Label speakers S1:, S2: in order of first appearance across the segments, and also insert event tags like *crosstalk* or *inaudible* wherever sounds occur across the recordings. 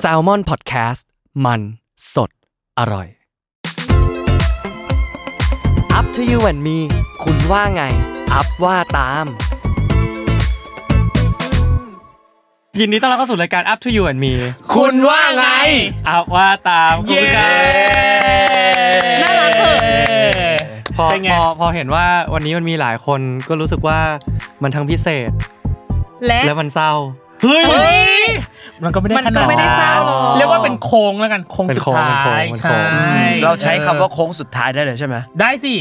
S1: แซลมอนพอดแคสต์มันสดอร่อย Up to you and me คุณว่าไง อัพว่าตาม
S2: ยินดีต้อนรับเข้าสู่รายการ Up to You and Me
S3: คุณว่าไง
S2: อัพว่าตามขอบคุณครับ
S3: น่ารักเถอะ
S2: พอ
S3: เป็นไง
S2: พอพอเห็นว่าวันนี้มันมีหลายคนก็รู้สึกว่ามันทั้งพิเศษ
S4: และ
S2: และมันเศร้าเฮ้ย
S3: มันก็ไม่ได้
S4: มัน
S3: ข
S4: ก็
S3: นาด
S4: ไม่ได้เศร้าหรอก
S3: เรียกว่าเป็นโค้งแล้วกันโค้ง
S2: เป็น
S3: สุด
S2: โค้ง
S3: ท้าย
S2: เป็นโค้
S3: ใช่
S2: ง
S5: เราใช้คำว่าโค้งสุดท้ายได้เลยใช่ไหม
S3: ได้สิ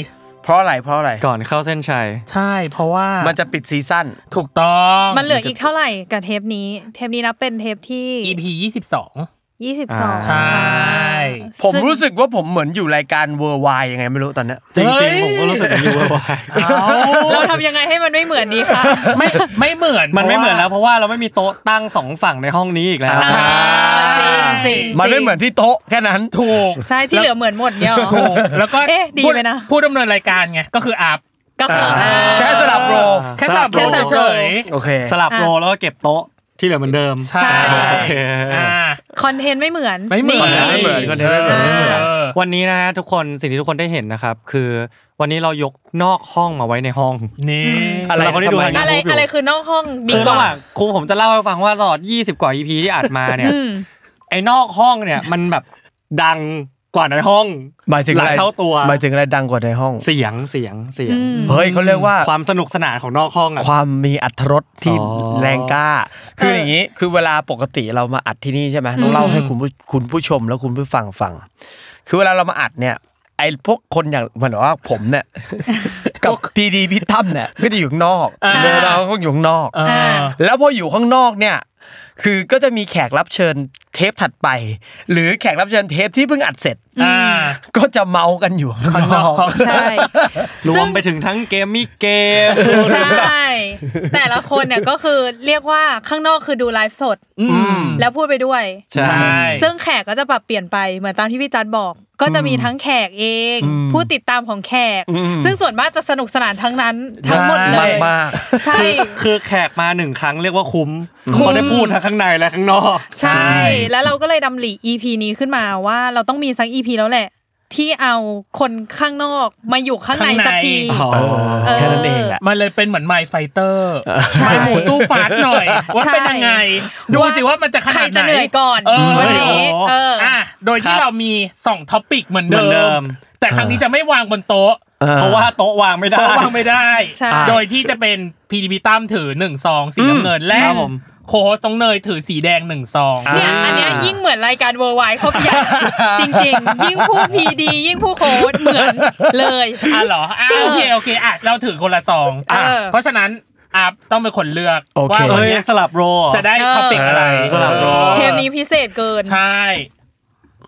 S5: เพราะอะไร เพราะอะไร
S2: ก่อนเข้าเส้นชัย
S3: ใช่เพราะว่า
S5: มั
S3: มัน
S5: จะปิดซีซั่น
S3: ถูกต้อง
S4: มันเหลืออีกเท่าไหร่กับเทปนี้ เทปนี้นับเป็นเทปที่
S3: EP 22
S4: 22
S3: ใช่
S5: ผม
S4: ซึ่ง
S5: รู้สึกว่าผมเหมือนอยู่รายการเวอร์วายยังไงไม่รู้ตอนเนี้ย
S2: จริง
S3: เฮ้
S2: จริ
S3: ย
S2: งผมก็รู้สึกเหมือนอยู่วาย
S4: เราทำยังไงให้มันไม่เหมือนดีคะ
S3: ไม่ไม่เหมือน
S2: มันไม่เหมือนแล้ว
S3: พ
S2: เพ
S3: ราะ
S2: ราะว่าเราไม่มีโต๊ะตั้งสองฝั่งในห้องนี้อีกแล้ว
S3: ใช่
S4: จริงๆ
S5: มันไม่
S4: จริง
S5: เหมือนที่โต๊ะแค่นั้น
S3: ว่าถูก
S4: ใช่ที่เหลือเหมือนหมดเนี่ยหรอ
S3: ถูกแล้วก็
S4: เอ๊ะดี
S3: ผู้
S4: ไปนะ
S3: ผู้ดำเนินรายการไงก็คืออัพ
S4: ก็คืออ่า
S5: แค่สลับโรล
S3: แค่สลับ
S4: แค่
S3: โร
S4: สลับ
S3: เฉ
S4: โร
S3: ย
S5: โอเค
S2: สลับโรลแล้วก็เก็บโต๊ะที่เหลือเหมือนเดิม
S3: ๆ
S4: ใช่
S2: โอเค
S3: อ่า
S4: คอนเทนต์ไม่เหมือน
S3: ไม่เหมือน
S5: ไม่เหมือนคนเดียวไม่เหมือน
S4: อ่า
S2: วันนี้นะฮะทุกคนสิ่งที่ทุกคนได้เห็นนะครับ คือวันนี้เรายกนอกห้องมาไว้ในห้อง
S3: นี่
S5: อะ
S2: สำ
S5: ไร
S2: หรับคนที่ดู
S5: ทำไม
S2: ทาง
S4: อะไร
S2: YouTube
S4: อะไรคือนอกห้องดี
S2: คือระห
S4: ก่า
S2: ว่างครูผมจะเล่าให้ฟังว่าตลอด 20 กว่า EP ที่อัดมา
S5: *laughs*
S2: เนี่ยไอ้นอกห้องเนี่ยมันแบบดังกว่าในห้อง
S5: หมายถึง
S2: ห
S5: อะ
S2: ลา
S5: ไร
S2: ยเท่าตัว
S5: หมายถึงอะไรดังกว่าในห้อง
S2: เสียงเสียงเสียง
S5: เฮ้ยเขาเรียกว่า
S2: ความสนุกสนานของนอกห้องอะ
S5: ความมีอัตรสที่
S2: อ๋อ
S5: แรงกล้า คืออย่างนี้ คือเวลาปกติเรามาอัดที่นี่ใช่ไหมต้องเล่าให้คุณผู้คุณผู้ชมและคุณผู้ฟังฟัง คือเวลาเรามาอัดเนี่ย ไอ้พวกคนอย่างเหมือนว่าผมเนี่ย กับพีดีพี่ตั้มเนี่ยก็จะอยู่ข้างนอกเดินเราก็อยู่ข้างนอก
S3: เออ
S5: แล้วพออยู่ข้างนอกเนี่ย คือก็จะมีแขกรับเชิญเทปถัดไป หรือแขกรับเชิญเทปที่เพิ่งอัดเสร็จ
S3: อ่า
S5: ก็จะเมากันอยู่ข้างนอก
S4: ใช่
S2: รวมไปถึงทั้งเกมมี่เกม
S4: ใช่ แต่ละคนเนี่ยก็คือเรียกว่าข้างนอกคือดูไลฟ์สด แล้วพูดไปด้วย
S2: ใช่
S4: ซึ่งแขกก็จะปรับเปลี่ยนไปเหมือนตามที่พี่จัดบอก ก็จะมีทั้งแขกเอง ผู้ติดตามของแขก ซึ่งส่วนมากจะสนุกสนานทั้งนั้นทั้งหมดเล
S5: มาก
S4: ย
S5: มาก
S4: ใช่
S2: คือคือแขกมาหนึ่งครั้งเรียกว่าคุ้มเขาได้พูดทั้งข้างในและข้างนอก
S4: ใช่ แล้วเราก็เลยดำหลี EP นี้ขึ้นมาว่าเราต้องมีสัก EP แล้วแหละ ที่เอาคนข้างนอกมาอยู่ข้างใน
S3: ข้างใน
S4: สักที
S5: เออแค่นั้นเองแหละ
S3: มันเลยเป็นเหมือนไมไฟเตอร์ไมหมูสู้ฟาดหน่อย ว่า
S4: ใช่
S3: เป็นยังไง ดูสิว่ามันจะข
S4: ใคร
S3: นาดไหน
S4: จะเหนื่อยก่อน
S3: เออ
S4: วันนี้
S2: โอ้โห
S4: เอออ
S3: อ่ะโดยที่
S2: ครับ
S3: เรามี2ท็อปิกเหมือน
S2: เหมือนเดิ
S3: เดิ
S2: ม
S3: ม แต่ครั้งนี้จะไม่วางบนโต๊ะ
S2: เพราะว่าโต๊ะวางไม่ได้
S3: โต๊ะวางไม่ได้
S4: ใช่
S3: โดยที่จะเป็นพีดีพีตั้มถือ1นึ่งซองสีน้ำเงินและ
S2: ครับผม
S3: โคโฮสต้องเนยถือสีแดง1นึ่งซอง
S4: เนี่ยอันเนี้ยยิ่งเหมือนรายการเวอร์ไวเขาใหญ่จริง ๆ ยิ่งพูดพีดียิ่งพูดโค้ดเหมือนเลย
S3: อ่ะเหรออ่ะโอเคโอเคอ่ะเราถือคนละซองอ่ะ
S4: เออ
S3: เพราะฉะนั้นอัพต้องเป็นคนเลือก
S5: โอเค
S3: ว่าวัน
S2: เอ้ย
S3: เนี้ย
S2: สลับโรล
S3: จะได้ท็อปิกอะไร
S5: เออสลับโร
S4: เทปนี้พิเศษเกิน
S3: ใช่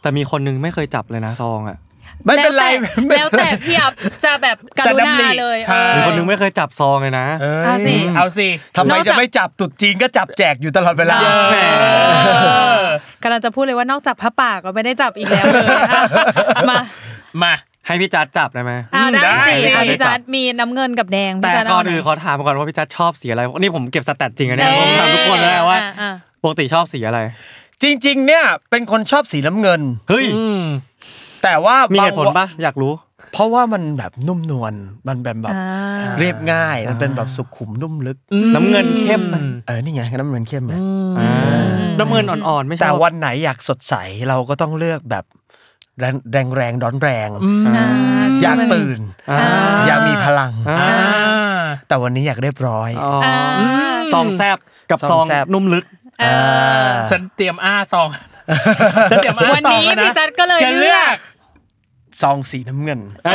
S2: แต่มีคนนึงไม่เคยจับเลยนะซองอ่ะ
S5: ไม่เป็นไรไม่
S4: แล้วแต่แล้วแต่พี่อับจะแบบก
S3: จะ
S4: รุ
S3: ดำ
S4: ณา
S3: ริ
S4: เลย
S3: ใช่
S4: เออ
S2: มีคนนึงไม่เคยจับซองเลยนะ
S3: เอ้ย
S4: เอาสิ
S3: เอาสิ
S5: ทำไมจะไม่จับตรุดจีนก็จับแจกอยู่ตลอดเวลา
S2: แหม
S4: กำลังจะพูดเลยว่านอกจากพระป่าก็ไม่ได้จับอีกแล้วเลยอ่ะมา
S3: มา
S2: ให้พี่จัดจับได้ไหม
S4: เอาได้สิ
S2: พี่จัดได้
S4: อ่ะพี่
S2: จั
S4: จั
S2: บ
S4: ดมีน้ำเงินกับแดง
S2: แต่
S4: พี่จัด
S2: ก่
S4: เา
S2: อนอื่นขอถามก่อนว่าพี่จัดชอบสีอะไรนี่ผมเก็บสแตทจริงอัน
S4: เอ
S2: เนี้ยผมถามทุกคนแล้วนะว่า
S4: อ่ะอ่ะ
S2: ปกติชอบสีอะไร
S5: จริง ๆ เนี่ยเป็นคนชอบสีน้ำเงิน
S2: เฮ้ย
S3: อืม
S5: แต่ว่า
S2: มี
S5: บาง
S2: เหตุผลปะอยากรู้
S5: เพราะว่ามันแบบนุ่มนวลมันเป็นแบบ
S4: อ่า
S5: เรียบง่ายมันเป็นแบบสุขุมนุ่มลึก
S2: น้ำเงินเข้มนะ
S5: เออนี่ไงน้ำเงินเข้มไง
S2: อ่าน้ำเงินอ่อนๆไม่ชอบ
S5: แต่วันไหนอยากสดใสเราก็ต้องเลือกแบบแรงแรงแรงร้อนแรง
S4: อ่า
S5: อยากตื่น
S2: อ่า
S5: อยากมีพลัง
S2: อ่า
S3: อ่า
S5: แต่วันนี้อยากเรียบร้อย
S2: อ๋อ
S4: อ่า
S2: อซองแซบกับซ
S5: ซ
S2: อ
S5: อง งแซบ
S2: นุ่มลึก
S4: เออ
S3: ฉันเตรียมอ้าซองฉันเตรียมอ้า
S4: วัน
S3: ซอ
S4: นี้
S3: งแล้ะ
S4: พี่จัดก็เลย
S3: จะ
S4: เลื
S3: เลื
S4: อ
S3: อก ก
S5: ซองสีน้ำเงิน
S3: เอ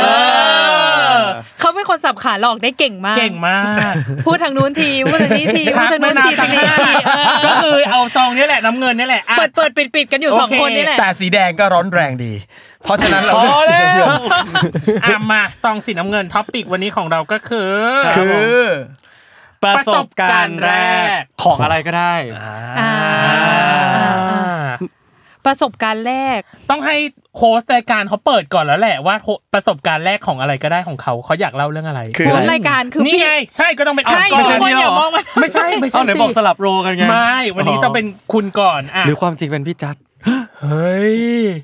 S3: อ
S4: เขาเป็นคนสับขาหลอกได้เก่งมาก
S3: เก่งมาก
S4: พูดทางนู้นทีพูดทางนี้ทีพู
S3: ชั
S4: ด
S3: ก
S4: ทาง
S3: ไม่
S4: นู้น
S3: นา
S4: ที
S3: ตั
S4: ทางงนี้ทีเออ
S3: ก็คือเอาซองนี้แหละน้ำเงินนี่แหละอ่ะ
S4: เปิดเปิดปิดปิดกันอยู่สอง
S3: โอเค
S4: คนนี่แหละ
S5: แต่สีแดงก็ร้อนแรงดี เพราะฉะนั้นเรา
S2: พอแล้ว
S3: อ่ะมาซองสีน้ำเงินท็อปปิกวันนี้ของเราก็คือ
S5: คือ
S2: ประสบการณ์แรกของอะไรก็ได้
S4: อ่า
S3: อ่า
S4: ประสบการณ์แรก
S3: ต้องให้โฮสต์รายการเขาเปิดก่อนแล้วแหละว่าโฮประสบการณ์แรกของอะไรก็ได้ของเขาเขาอยากเล่าเรื่องอะไร
S5: คือ
S4: โพสต์รายการคือ
S3: นี่
S4: พี่
S3: ไงใช่ก็ต้องเป็น
S4: ใช่
S3: เอาก่อน
S4: ทุกคน
S2: ไม่ใช่นี่
S4: อ
S2: หร
S4: ย่า
S2: อ
S4: มองมัน
S3: ไม่ใช่ไม่ใช่
S2: เอาไหนบอกสลับโรกันไง
S3: ไม่วันนี้ต้องเป็นคุณก่อนอ่ะ
S2: หรือความจริงเป็นพี่จัด
S3: เฮ้ย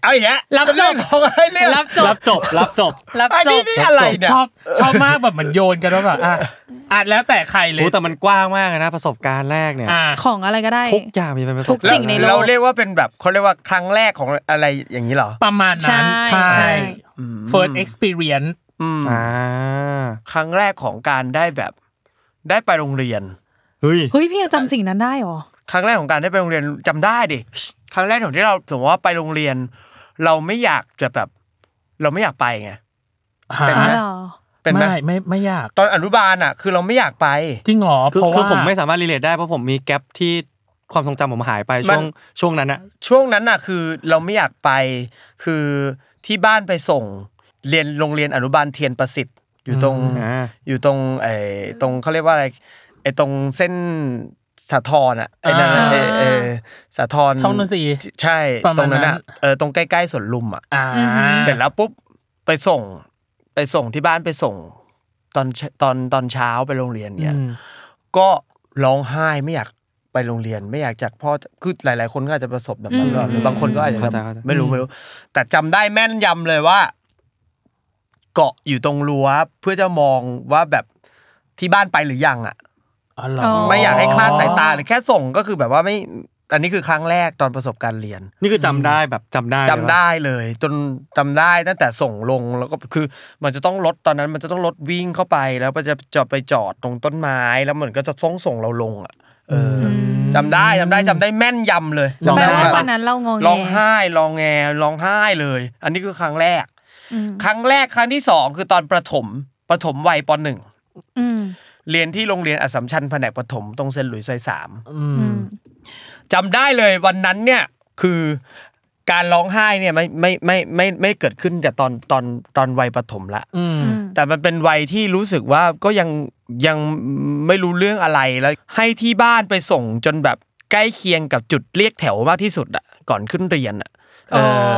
S5: เอาอย่างเงี้ย
S4: รับจบ
S5: เรื่องของอะไรเนี่ย
S4: รับจบ
S2: รับจบรับจบ
S4: รับ
S5: อัน
S4: จ
S5: นี้
S4: บ
S5: นี่อะไรเนี่ย
S3: ชอบชอบมากแบบเหมือนโยนกัน
S5: *laughs*
S3: ว่าแบบอ่ะอ่ะแล้วแต่ใครเลย
S2: โอ้แต่มันกว้างมากเลยนะ ประสบการณ์แรกเนี่ย
S3: อ่ะ
S4: ของอะไรก็ได้
S2: ทุกอย่างมีเป็นประสบ
S4: ทุก
S2: การณ์
S4: สิ่งในโลก
S5: เราเรียกว่าเป็นแบบเขาเรียกว่าครั้งแรกของอะไรอย่างนี้เหรอ
S3: ประมาณนั้น
S4: ใช่ใช่
S3: first experience
S5: อืม
S2: อ่า
S5: ครั้งแรกของการได้แบบได้ไปโรงเรียน
S2: เฮ้ย
S4: เฮ้ยพี่ยังจำสิ่งนั้นได้เหรอ
S5: ครั้งแรกของการได้ไปโรงเรียนจำได้ดิครั้งแรกของที่เราสมมติว่าไปโรงเรียน เราไม่อยากจะแบบ เราไม่อยากไปไง เป็นไหม
S4: อ๋อเหรอ
S5: เป็นไหม
S3: ไม่ไม่ไม่อยาก
S5: ตอนอนุบาลอ่ะ คือเราไม่อยากไป
S3: จริงเหรอ
S2: คือ
S3: เพราะ
S2: คือ
S3: ว่า
S2: ผมไม่สามารถรีเลทได้เพราะผมมีแกลบที่ความทรงจำผมหายไปช่วง
S5: มัน
S2: ช่วงนั้นอะ
S5: ช่วงนั้นน่ะ คือเราไม่อยากไป คือที่บ้านไปส่ง เรียนโรงเรียนอนุบาลเทียนประสิทธิ์อยู่ตรง
S2: อ่า
S5: อยู่ตรงไอ้ตรงเขาเรียกว่าอะไรไอ้ตรงเส้นสาทรอ่ะไอ้นั่นอะ
S4: อ่า
S5: เออเออสาทร
S3: ช่องนนทรีย์
S5: ใช่
S3: ประ
S5: ต
S3: มา
S5: รง
S3: ณนั้
S5: นั้น นอ่ะเออตรงใกล้ๆสวนลุมอ่ะ
S3: อ่า
S5: เสร็จแล้วปุ๊บไปส่ง ไปส่งที่บ้านไปส่ง ตอนเชตอนตอนเช้าไปโรงเรียนเนี่ยก็ร้องไห้ไม่อยากไปโรงเรียน ไม่อยากจากพ่อคือหลาย ๆ คนก็อาจจะประสบแบบนั้นหรอหรือบางคนก็อาจจะ
S2: เข้าใจเข้าใจ
S5: ไม่รู้ไม่รู้ แต่จำได้แม่นยำเลยว่า เกาะอยู่ตรงรั้วเพื่อจะมองว่าแบบที่บ้านไปหรือยังอ่ะ
S3: อ๋อเหรอ
S4: อ
S5: ไม่อยากให้คลาดสายตาหรือแค่ส่งก็คือแบบว่าไม่อันนี้คือครั้งแรกตอนประสบการณ์เรียน
S2: นี่คือจำได้แบบจำได้เล
S5: จำ
S2: ยว่า
S5: ได้เลย จนจำได้ตั้งแต่ส่งลงแล้วก็คือมันจะต้องรถตอนนั้นมันจะต้องรถวิ่งเข้าไปแล้วมันจะจะไปจอดตรงต้นไม้แล้วมันก็จะส่งส่งเราลงอ่ะเอออจำได้จำได้จำได้แม่นยำเลย
S4: แปล
S5: จำ
S4: ว่า
S5: ได้บบ
S4: วันนั้นเรางง
S5: ร้องไห้ร้องแงร้องไห้เลย อันนี้คือครั้งแรก ครั้งแรกครั้งที่สองคือตอนประถมประถมวัยปหนึ่ง
S4: อืม
S5: เรียนที่โรงเรียนอัสสัมชัญแผนกประถมตรงเซนต์หลุยส์ซอยสาม
S3: อื
S4: อื
S3: ม
S4: ม
S5: จำได้เลยวันนั้นเนี่ยคือการร้องไห้เนี่ยไม่ไม่ไม่ไม่ไม่เกิดขึ้นจากตอนตอนตอนวัยประถมละ
S3: อืม
S4: อืม
S5: แต่มันเป็นวัยที่รู้สึกว่าก็ยังยังไม่รู้เรื่องอะไรแล้ว ให้ที่บ้านไปส่งจนแบบใกล้เคียงกับจุดเรียกแถวมากที่สุดอะก่อนขึ้นเรียนอะเออ
S4: อ๋อ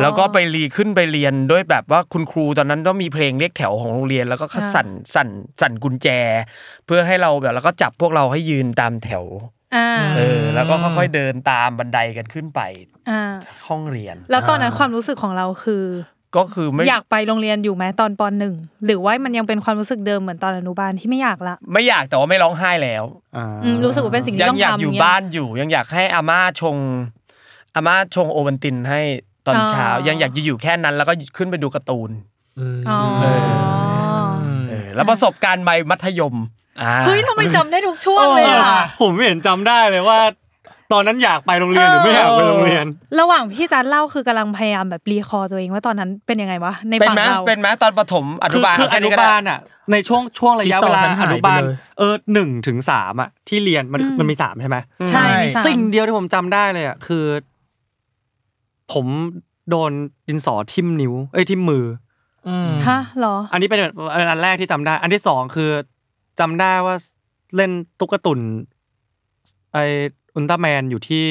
S5: แล้วก็ไปรีขึ้นไปเรียนด้วยแบบว่าคุณครูตอนนั้นต้องมีเพลงเรียกแถวของโรงเรียน แล้วก็สั่นสั่นสั่นกุญแจ เพื่อให้เราแบบแล้วก็จับพวกเราให้ยืนตามแถว
S4: อ่า
S5: เออแล้วก็ค่อยๆเดินตามบันไดกันขึ้นไป
S4: อ่า
S5: ห้องเรียน
S4: แล้วตอนนั้นความรู้สึกของเราคือ
S5: ก็คือไม่
S4: อยากไปโรงเรียนอยู่ไหมตอนปหนึ่งหรือว่ามันยังเป็นความรู้สึกเดิมเหมือนตอนอนุบาลที่ไม่อยากละ
S5: ไม่อยากแต่ว่าไม่ร้องไห้แล้ว
S2: อ่า
S4: อืมรู้สึกว่าเป็นสิ่งที่
S5: ยัง
S4: ต้อง
S5: อยาก
S4: ทำ
S5: อยู่
S4: เงี้
S5: บ้านอยู่ ยังอยากให้อาม่าชงอาม่าชงโอวันตินให้ตอน
S4: อ๋อ
S5: เช้า ยังอยากจะอยู่แค่นั้นแล้วก็ขึ้นไปดูการ์ตูน
S4: อ๋อ
S5: เออแล้วประสบการณ์ใหม่มัธยมอ่า
S4: เฮ้ยทำไมจำได้ทุกช่วงเลยอ่ะ
S2: ผมไม่เห็นจำได้เลยว่า ตอนนั้นอยากไปโรงเรียนหรือไม่อยากไปโรงเรียน
S4: ระหว่างพี่จันเล่าคือกำลังพยายามแบบรีคอร์ตัวเองว่าตอนนั้นเป็นยังไงวะใน
S5: เป็น
S4: ฝั่ง
S5: ไหม
S4: เรา
S5: เป็นไหมตอนประถมอ
S2: คือบ
S5: นุาล
S2: คือ
S5: เแค่
S2: อนุ
S5: ก็ได้
S2: บาลอ่ะในช่วงช่วงระยะเวลา
S3: จิ๊กซอว์ฉัน
S2: อ
S3: หาย
S2: นุบาล
S3: ไปเลย
S2: เออหนึ่งถึงสามอ่ะที่เรียนมัน
S4: อืม
S2: มันมีสามใช่ไหม
S4: ใช่
S3: ใช่
S4: มีสาม
S2: สิ่งเดียวที่ผมจำได้เลยอ่ะคือ ผมโดนดินสอทิ่มนิ้วเอ้ยทิ่มมือ
S3: อืม
S4: ฮะเหรอ
S2: อันนี้เป็นอันแรกที่จำได้ อันที่สองคือจำได้ว่าเล่นตุ๊กตุนไออุลตร้าแมนอยู่ที่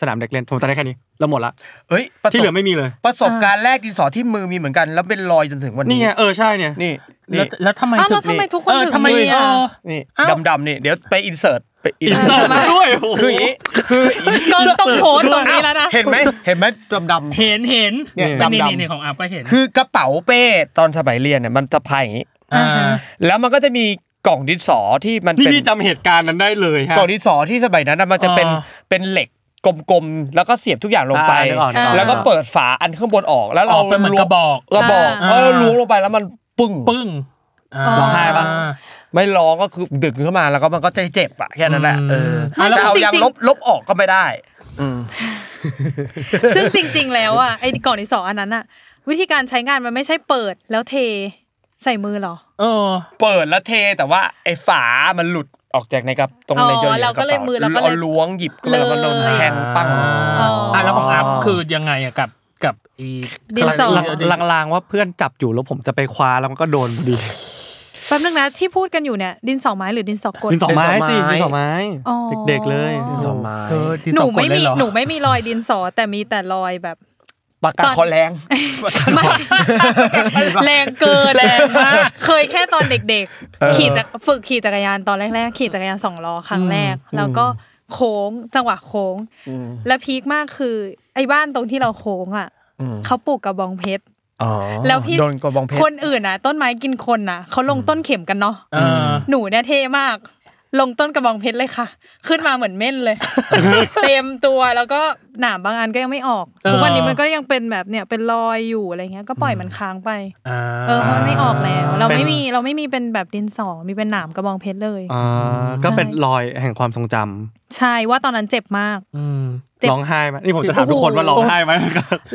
S2: สนามเด็กเล่นผมจำได้แค่นี้แล้วหมดละ
S5: เอ้ยประส
S2: ที่
S5: บ
S2: เหลือไม่มีเลย
S5: ประสบการณ์แรกดินสอที่มือมีเหมือนกัน แล้วเป็นรอยจนถึงวัน
S2: นี่
S5: นี้
S2: ไงเออใช่เนี่ย
S5: นี่
S3: แล้ว
S5: นี่
S3: แล้วทำไม
S4: อ้าวแล้ว
S3: ถึง
S4: ทำไมทุกคน
S3: เออ
S4: ถึง
S3: ทำไม
S4: มีอ่ะ
S3: เออ
S5: นี่
S3: อ้าว
S5: ดำดำๆนี่เดี๋ยวไปอินเสิร์ตไปอิน
S2: อิน
S5: เสิ
S2: เสิร์
S5: ร์ต
S2: ตมาด้วยโอ้โห
S5: คืออย่างนี้คืออย่างนี้
S4: ก็ต้องโพสต์ตรงนี้แล้วนะ
S5: เห็นไหมเห็นไหมดำดำๆ
S3: เห็นเห็น
S5: เนี่ย
S3: เป็นนี่
S5: ดำๆ
S3: นี่นี่ของอัพก็เห็น
S5: คือกระเป๋าเป้ตอนสมัยเรียนเนี่ยมันจะพายอย่างนี้
S3: อ่า
S5: แล้วมันก็จะมีกล่องดินสอที่มัน
S2: นี่
S5: เป็น
S2: พี่จำเหตุการณ์นั้นได้เลยฮะ
S5: กล่องดินสอที่สมัยนั้นน่ะมันจะเป็นเป็นเหล็กกลมๆแล้วก็เสียบทุกอย่างลงไป
S2: อ่านึกออกนึกออก
S5: แล้วก็เปิดฝาอันข้างบนออก แล้ว
S3: อ
S5: เรา
S3: อกเป็นเหมือนกระบอก
S5: กระบอก
S3: อ่า
S5: เออล้วงลงไปแล้วมันปึ้ง
S3: ปึ้งา
S2: ร้องไห้ปะ
S5: ไม่ร้องก็คือดึกขึ้นมาแล้วก็มันก็จะเจ็บอะแค่นั้นแหละเออ
S4: ไม่
S5: แล้วเอา
S4: จริงๆ
S5: ยางลบลบออกก็ไม่ได้
S4: ซึ่งจริง ๆ แล้วอ่ะไอ้กล่องที่สองอันนั้นอ่ะ วิธีการใช้งานมันไม่ใช่เปิดแล้วเท ใส่มือเหรอ
S3: เออ
S5: เปิดแล้วเทแต่ว่าไอ้ฝามันหลุดออกจากในกระตรง
S4: อ๋อ
S5: ในยน
S4: เราก็เลยมือเราก็เลย
S5: ล้วงหยิบเลยมันโดน
S4: เลย
S5: แทงปั้ง
S4: อ๋ออ่
S3: อ่ะแล้วของอัพคือยังไงอะกับกับอี
S4: ดินสอ
S3: ห
S2: ลางลางๆว่าเพื่อนจับอยู่แล้วผมจะไปคว้าแล้วมันก็โดนพอดี
S4: แป๊บนึงนะที่พูดกันอยู่เนี่ยดินสอไม้หรือดินสอกล
S2: ดินสอไม้สิ
S5: ดิ
S2: ดิ
S5: น
S2: น
S5: ส
S2: ส
S5: อ
S2: อ
S5: ไม้
S2: ไม้
S4: อ๋อ
S2: เด็กๆเลย
S4: อ๋อ
S2: ดินสอไม้
S3: เธอที่
S4: ห
S3: ส
S4: นู
S3: องคน
S4: ไม่
S3: เลย
S4: มี
S3: เหรอ
S4: หนูไม่มีรอยดินสอแต่มีแต่รอยแบบ
S5: ปากกาคอแรง
S4: ไม่แรงเกิน
S3: แรงมาก
S4: เคยแค่ตอนเด็กๆ ขี่จักรฝึกขี่จักรยานตอนแรกๆ ขี่จักรยานสองล้อครั้งแรก แล้วก็โค้งจังหวะโค้ง และพีคมากคือ ไอ้บ้านตรงที่เราโค้งอ่ะเขาปลูกกระบองเพชร
S5: อ๋อ
S4: แล้วพี่
S5: โดนกระบองเพช
S4: ค
S5: ร
S4: นอื่นอ่ะ ต้นไม้กินคนอ่ะเขาลงต้นเข็มกันเนาะ
S3: เออ
S4: หนูเนี่ยเท่มาก ลงต้นกระบองเพชรเลยค่ะ ขึ้นมาเหมือนเม่นเลย เต็มตัวแล้วก็หนามบางอันก็ยังไม่ออก
S3: เออ
S4: ทุกวันนี้มันก็ยังเป็นแบบเนี่ยเป็นรอยอยู่อะไรเงี้ยก็ปล่อยมันค้างไป
S3: อ่า
S4: เออเพราะมันไม่ออกแล้ว เราไม่มีเราไม่มีเป็นแบบดินสอมีเป็นหนามกระบองเพชรเลย
S2: อ่าก็เป็น
S4: ใช่
S2: รอยแห่งความทรงจำ
S4: ใช่ว่าตอนนั้นเจ็บมาก
S3: อืม
S4: เจ็บ
S2: ร้องไห้ไหมนี่ผมจะถามทุกคนว่าร้องไห้ไหม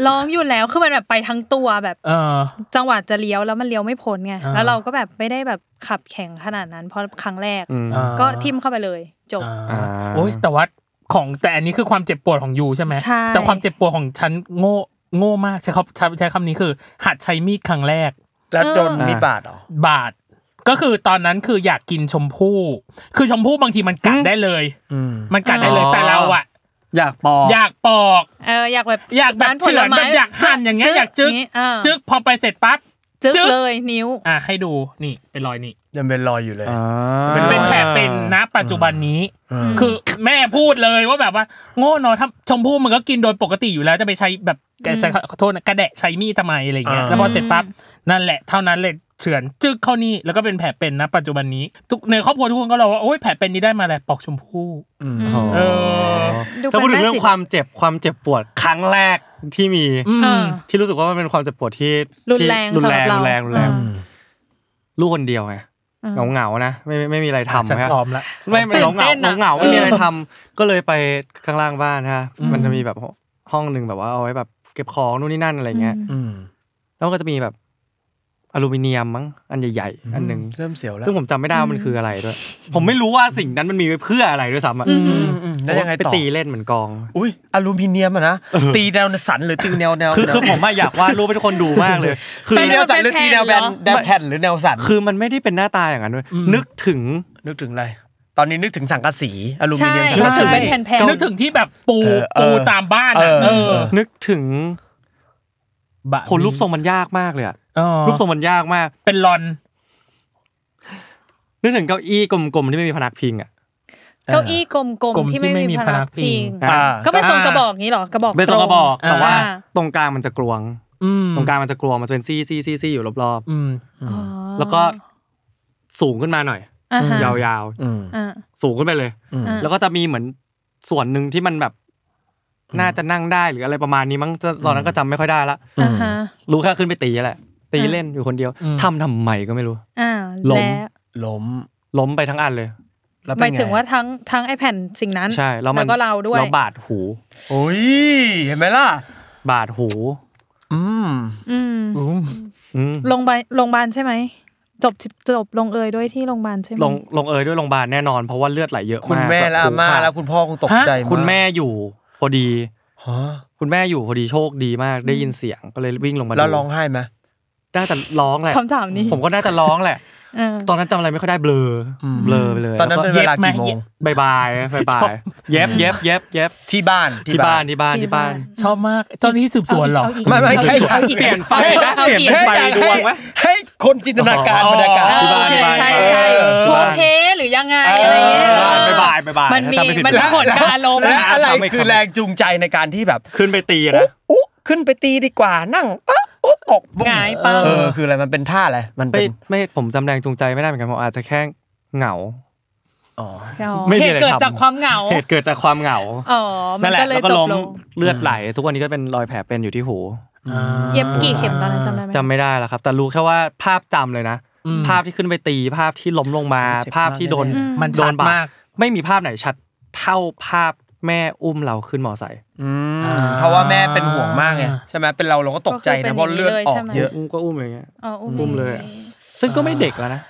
S4: ร้องอยู่แล้วคือมันแบบไปทั้งตัวแบบ
S3: เออ
S4: จังหวะจะเลี้ยวแล้วมันเลี้ยวไม่พ้นไง
S3: อ่า
S4: แล้วเราก็แบบไม่ได้แบบขับแข็งขนาดนั้นเพราะครั้งแรก
S2: อืม
S3: อ่า
S4: ก็ทิมเข้าไปเลย จบ
S3: อ่าโอ้ยแต่ว่าของแต่อันนี้คือความเจ็บปวดของยูใช่ไหม
S4: ใช่
S3: แต่ความเจ็บปวดของฉันโง่โง่มากใช้คำใช้ใช้คำนี้คือ หัดใช้มีดครั้งแรก
S5: แล้วโดนมีดบาดเหรอ
S3: บาทก็คือตอนนั้นคืออยากกินชมพู่คือชมพู่บางทีมันกัดได้เลย
S5: อืม
S3: มันกัดได้เลย
S2: อ๋อ
S3: แต่เราอะ
S2: อยากปอก
S3: อยากปอก
S4: เอออยากแบบ
S3: อยากแบบ
S4: ร้นผ
S3: เฉื
S4: ล
S3: อน
S4: ไม้
S3: แบบอยากหั่นอย่างเงี้ยอยากจึ๊ก
S4: นี้อ่า
S3: จึ๊กพอไปเสร็จปั๊บ
S4: จึ๊ก
S3: จึ๊ก
S4: เลยนิ้ว
S3: อ่ะให้ดูนี่เป็นรอยนี่
S5: ยังเป็นรอยอยู่เลย
S3: มันเป็นแผลเป็นนะปัจจุบันนี้ คือแม่พูดเลยว่าแบบว่า โง่เนอะถ้าชมพู่มันก็กินโดยปกติอยู่แล้วจะไปใช้แบบแกใช้ขอโทษนะกระแดะใช้มีดทำไมอะไรอย่างเงี้ย
S5: อ่า
S3: แล้วพอเสร็จปั๊บนั่นแหละเท่านั้นเลยเฉือนจึ๊กเข้านี่แล้วก็เป็นแผลเป็นนะปัจจุบันนี้ทุกในครอบครัวทุกคนก็เราว่าโอ้ยแผลเป็นนี้ได้มาแหละปอกชมพู่เออ
S4: ดู
S2: ถ้าพูดถึง
S4: เป็นแม่
S2: เรื่อง
S4: ศิลป์
S2: ความเจ็บความเจ็บปวดครั้งแรกที่มี
S3: อืม
S4: เออ
S2: ที่รู้สึกว่ามันเป็นความเจ็บปวดที่
S4: รุนแรง
S2: ที่รุน
S4: สำห
S2: แร
S4: รั
S2: ง
S4: บเรา
S2: รุนแรงรุนแรง
S4: อ่า
S2: ลูกคนเดียวไงเหงาเหงาๆนะไม่ไม่ไม่มีอะไรทำ
S3: ฉัน
S2: ฮะ
S3: พร้อมละ
S2: ไม่ไม่เหงา
S4: ตื่นเต้น
S2: เหงา
S4: อะ
S2: ๆเหงาๆไม่มีอะไรทำก็เลยไปข้างล่างบ้านฮะมันจะมีแบบห้องหนึ่งแบบว่าเอาไว้แบบเก็บของนู่นนี่นั่นอะไรเงี้ย
S5: อืม
S2: แล้วก็จะมีแบบอลูมิเนียมมั้งอันใหญ่ๆอันหนึ่ง
S5: เริ่มเสียวแล้ว
S2: ซึ่งผมจำไม่ได้ว่ามันคืออะไรด้วย ผมไม่รู้ว่าสิ่งนั้นมันมีไว้เพื่ออะไรด้วยซ้ำอ่ะ
S5: อืมแล้วยังไง
S2: ไป
S5: ต่อ
S2: ตีเล่นเหมือนกลอง
S5: อุ้ยอลูมิเนียมอะนะตีแนวสันหรือตีแนวแนว
S2: คือคือ
S5: แนว
S2: ผมอะอยากวาดรูปให้ทุกคนดูมากเลย คือ
S5: ตีแนวสันหรือตีแนวแบนแดนแผ่นหรือแนวสัน
S2: คือมันไม่ได้เป็นหน้าตาอย่างนั้นด้วยนึกถึง
S5: นึกถึงอะไร ตอนนี้นึกถึงสังกะสีอลูมิ
S4: ใช่
S5: เนียมสังกะ
S4: ใช่
S5: สี
S4: เป็นแผ่น
S3: นึกถึงที่แบบปู
S5: เออเออ
S3: ปูตามบ้านอะ
S5: เออ
S3: เออ
S2: นึกถึงคนรูปทรงมันยากมากเลยอะ
S3: เออ
S2: รูปทรงมันยากมาก
S3: เป็นลอน
S2: นึกถึงเก้าอี้กลมๆที่ไม่มีพนักพิงอะ
S4: ๆเก้าอี้กลม
S3: กลม
S4: ๆที่
S3: ที่ไม่
S4: ไม่
S3: มี
S4: มีพ
S3: พนั
S4: นั
S3: ก
S4: ก
S3: พิ
S4: พิ
S3: ง
S4: ง
S5: อ่า
S4: ก็เป็นทรงกระบอกนี้เหรอกระบอก
S2: เป็นทรงกระบอก
S4: ต
S2: แต่ว่า
S4: อ่า
S2: ตรงกลางมันจะกลวง
S3: อืม
S2: ตรงกลางมันจะกลวง มันจะเป็นซี่ซี่ซี่ซี่อยู่รอบ
S3: อืม
S4: อ๋อ
S2: ๆ แล้วก็สูงขึ้นมาหน่อย
S4: อ่าฮะ
S2: ยาว
S5: อืม
S4: อ่า
S2: ๆ สูงขึ้นไปเลย
S4: อ่า
S2: แล้วก็จะมีเหมือนส่วนหนึ่งที่มันแบบ น่าจะนั่งได้หรืออะไรประมาณนี้มั้งจะตอนนั้นก็จำไม่ค่อยได้ละ
S4: อ่าฮะ
S2: รู้แค่ขึ้นไปตีแหละ ตีเล่นอยู่คนเดียว
S3: อืม
S2: ทำทำไมก็ไม่รู้
S4: อ่า
S2: ล้ม
S4: และ
S5: ล้ม
S2: ล้มไปทั้งอันเลย
S5: แล้ว
S4: ห
S5: เป็
S4: มาน ย
S5: ไง
S4: ถึงว่าทั้งทั้งไอแผ่นสิ่งนั้น
S2: ใช่แล้วมัน
S4: ก็เราด้วย
S2: แล้วบาดหู
S5: โอ้ยเห็นไหมล่ะ
S2: บาดหู
S5: อืม
S4: อืม
S2: อืม
S4: โรงพยาบาลโรงพยาบาลใช่ไหมจบจบลงเอยด้วยที่โรงพยาบาลใช่ไหม
S2: ลงลงเอยด้วยโรงพยาบาลแน่นอนเพราะว่าเลือดไหลเยอะ
S5: คุณ
S2: มาก
S5: แม่และอาม่า
S2: บบหูขด
S5: แล้วคุณพ่อคงตกใจมาก
S2: คุณแม่อยู่พอดี
S5: ฮะ
S2: คุณแม่อยู่พอดีโชคดีมากได้ยินเสียงก็เลยวิ่งลงมาดู
S5: แล้วร้องไห้ไหม
S2: น่าจะร้องแหละ
S4: คำถามนี้
S2: ผมก็น่าจะร้องแหละ
S4: เออ
S2: ตอนนั้นจำอะไรไม่ค่อยได้เบลออเบลอไปเลย
S5: ตอนนั้น
S2: แล้
S5: เป็
S2: วน ก็
S5: เวลา
S3: เย็บไหม
S5: กี่โมง
S2: บายบายบายบายเย็บเย็บเย็บเย็บ
S5: ที่บ้าน
S2: ที่บ้านที่บ้านที่บ้าน
S3: ชอบมากเจ้าหน้าที่สืบสวนเหรอ
S4: เอาอีก
S5: ไม่ไม่ใช่
S4: เอาอีก
S2: เปลี่ยนไฟนะ
S4: เอา
S2: เปลี่
S4: อี
S2: ยน
S4: ก
S2: เป็นไฟดวงไหม
S5: ให้คนจินตนาการ
S3: อ๋อ
S5: บรรยากาศ
S4: เออ
S5: ที่บ้าน
S4: โอเค
S2: บ้านที่บ้าน
S4: ใช่ใช่
S5: เออ
S4: โพเพหรือยังไงอะไรเงี้ย
S2: บ้าน
S4: เออ
S2: บ๊ายบายบ๊ายบาย
S4: มันมี
S2: ถ้าจำไม่ผิด
S4: มันมีผลกับอารมณ์
S5: และ
S4: นะ
S5: อะไร
S2: ทำให้
S5: คือ
S2: คำ
S5: แรงจูงใจในการที่แบบ
S2: ขึ้นไปตี
S5: อุ๊
S2: นะ
S5: อุ๊ขึ้นไปตีดีกว่านั่งอ๊ะอ๊ะตก
S4: หงายปัง
S5: เออคืออะไรมันเป็นท่าอะไรมัน
S2: ไม่
S5: เป็น
S2: ไม่ผมจำแรงจูงใจไม่ได้เหมือนกันผมอาจจะแค่เหงา
S5: อ๋อ
S2: ไม่
S4: เห
S2: มี
S4: ตุ
S2: อะไร
S4: เกิด
S2: ทำ
S4: จากความเหงา
S2: เหตุเกิดจากความเหงา
S4: อ๋อมั
S2: นั่
S4: น
S2: นแหละแล้
S4: ก็เลยว
S2: ก็
S4: จบ
S2: ล้ม
S4: ลง
S2: เลือดไหล ทุกวันนี้ก็เป็นรอยแผลเป็นอยู่ที่หู
S4: เย็บกี่เข็มตอนนั้นจำได้ไหม
S2: จำไม่ได้แล้วครับ แต่รู้แค่ว่าภาพจำเลยนะ ภาพที่ขึ้นไปตีภาพที่ล้มลงมา ภาพที่โดน
S3: มัน
S2: โด
S3: ชัด
S2: นบาด
S3: มาก
S2: ไม่มีภาพไหนชัดเท่าภาพแม่อุ้มเราขึ้นมอไซค์
S5: อืมเพราะว่าแม่เป็นห่วงมากไงใช่ไหมเป็นเราเราก็ตกใจนะเพราะเลือดออกเยอะ
S2: อุ้มก็อุ้มอย่างเงี้ย
S4: อ๋ออุ้ม
S2: อุ้มเลยอะ ซึ่งก็ไม่เด็กแล้วนะ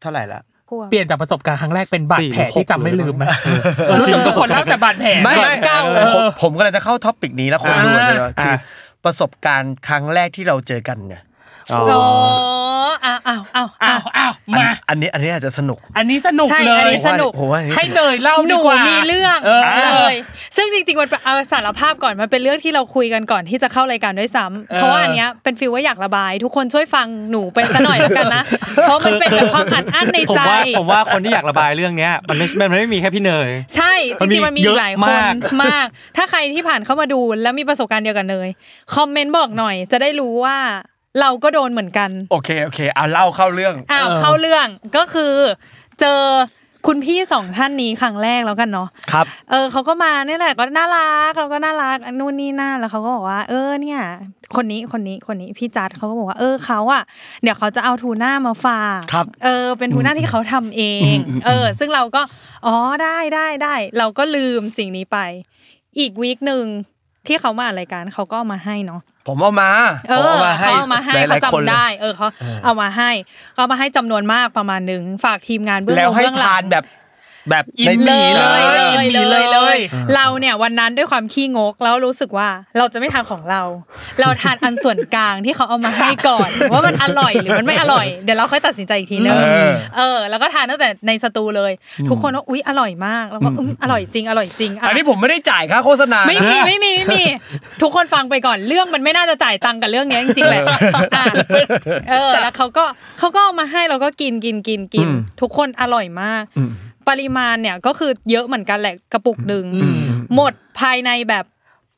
S5: เท่าไหร่ละ
S4: กลัว
S3: เปลี่ยนจากประสบการณ์ครั้งแรกเป็นบาดแผล
S2: สี่หรือหก
S3: ที่จำไม่ลืมไหม
S2: เออ
S3: เออรู้สึกทุกคนเล่าแต่บาดแผล
S5: ไม่ไม่
S4: เก่า
S5: ผมผมก็เลยจะเข้าท็อปิกนี้แล้วคนดู
S3: อ่า
S5: เลยว่าคือ
S2: อ่า
S5: ประสบการณ์ครั้งแรกที่เราเจอกันเนี่ย
S4: โอ้อ้าวอ้าวอ้าวอ้า
S3: อ้าว วอ้าว
S5: อัน
S3: มา
S5: อันนี้อันนี้อาจจะสนุก
S3: อันนี้สนุก
S4: ใช่
S3: เล
S4: อัน
S3: ย
S4: นี้ สนุก
S5: ผมว่าอันนี้
S3: ให้เนยเล่า
S4: ห
S3: ดี
S4: นู
S3: กว่า
S4: มีเรื่อง
S3: เออ
S4: เลยซึ่งจริงๆมันเป็นเอาสารภาพก่อนมันเป็นเรื่องที่เราคุยกันก่อนที่จะเข้ารายการด้วยซ้ำเพราะว่าอันเนี้ยเป็นฟิลว่าอยากระบาย ทุกคนช่วยฟังหนูเป็นซะหน่อยแล้วกันนะเพราะมันเป็นแบบความอัดอั้นใน
S2: ผม
S4: ใจ
S2: ว่าผมว่าคนที่อยากระบายเรื่องเนี้ย มันไม่มันไม่มีแค่พี่เนย
S4: ใช่จริงๆ
S2: มั
S4: มัน น
S2: มี
S4: มีอีกหลายคน
S2: เยอะมาก
S4: มาก ถ้าใครที่ผ่านเข้ามาดูแล้วมีประสบการณ์เดียวกันเนยคอมเมนต์บอกหน่อย จะได้รู้ว่าเราก็โดนเหมือนกัน
S5: โอเคโอเคเอาเล่าเข้าเรื่อง
S4: อ้าวเข้าเรื่องก็คือเจอคุณพี่สองท่านนี้ครั้งแรกแล้วกันเนาะ
S2: ครับ
S4: เออเขาก็มาเนี่ยแหละก็น่ารักเราก็น่ารักอันนู่นนี่นั่นแล้วเขาก็บอกว่า เออเนี่ย คนนี้คนนี้คนนี้พี่จัดเขาก็บอกว่าเออเขาอ่ะเดี๋ยวเขาจะเอาทูน่ามาฝาก
S5: ครับ
S4: เออ เป็นทูน่าที่เขาทำเอง เออ ซึ่งเราก็อ๋อได้ได้ได้เราก็ลืมสิ่งนี้ไป อีกวีคหนึ่งที่เขามาอดรายการเขาก็เอามาให้เนาะ
S5: ผมเอามา
S4: เอ
S5: ผม
S4: อ
S5: เอามาให้
S4: เขาเอามาให้
S5: หล
S4: เขา
S5: ยๆคน
S4: จำ
S5: เลย
S4: ได้ เออเขาเอามาให้เขาเอามาให้จำนวนมากประมาณหนึ่งฝากทีมงานเบื้อง
S5: แล้
S4: ล
S5: ว
S4: ง
S5: ให้
S4: เบื้องห
S5: ทา
S4: ลั
S5: น
S4: ง
S5: แบบแบบ
S3: อิน
S5: ใ
S3: ดี
S4: เลย
S5: ออ
S4: เลยเลยเลย
S3: เล
S4: เลย ย เราเนี่ยวันนั้นด้วยความขี้งกแล้วรู้สึกว่าเราจะไม่ทานของเรา เราทานอันส่วนกลางที่เขาเอามาให้ก่อน *laughs* ว่ามันอร่อยหรือมันไม่อร่อยเดี๋ยวเราค่อยตัดสินใจอีกทีนึง
S5: เออ
S4: เออ แล้วก็ทานตั้งแต่ในสตูเลย ทุกคนว่าอุ๊ยอร่อยมากแล้วก็อืมอร่อยจริงอร่อยจริงะ
S5: อันนี้ผมไม่ได้จ่ายค่าโฆษณา
S4: ไม่มี
S5: นะ
S4: ไม่มีไม่มี ทุกคนฟังไปก่อนเรื่องมันไม่น่าจะจ่ายตังค์กับเรื่องเนี้ยจริงๆแหละอ่ะเออแล้วเขาก็เขาก็เอามาให้เราก็กินกินกินกิน ทุกคนอร่อยมาก ปริมาณเนี่ยก็คือเยอะเหมือนกันแหละกระปุกหนึ่งหมดภายในแบบ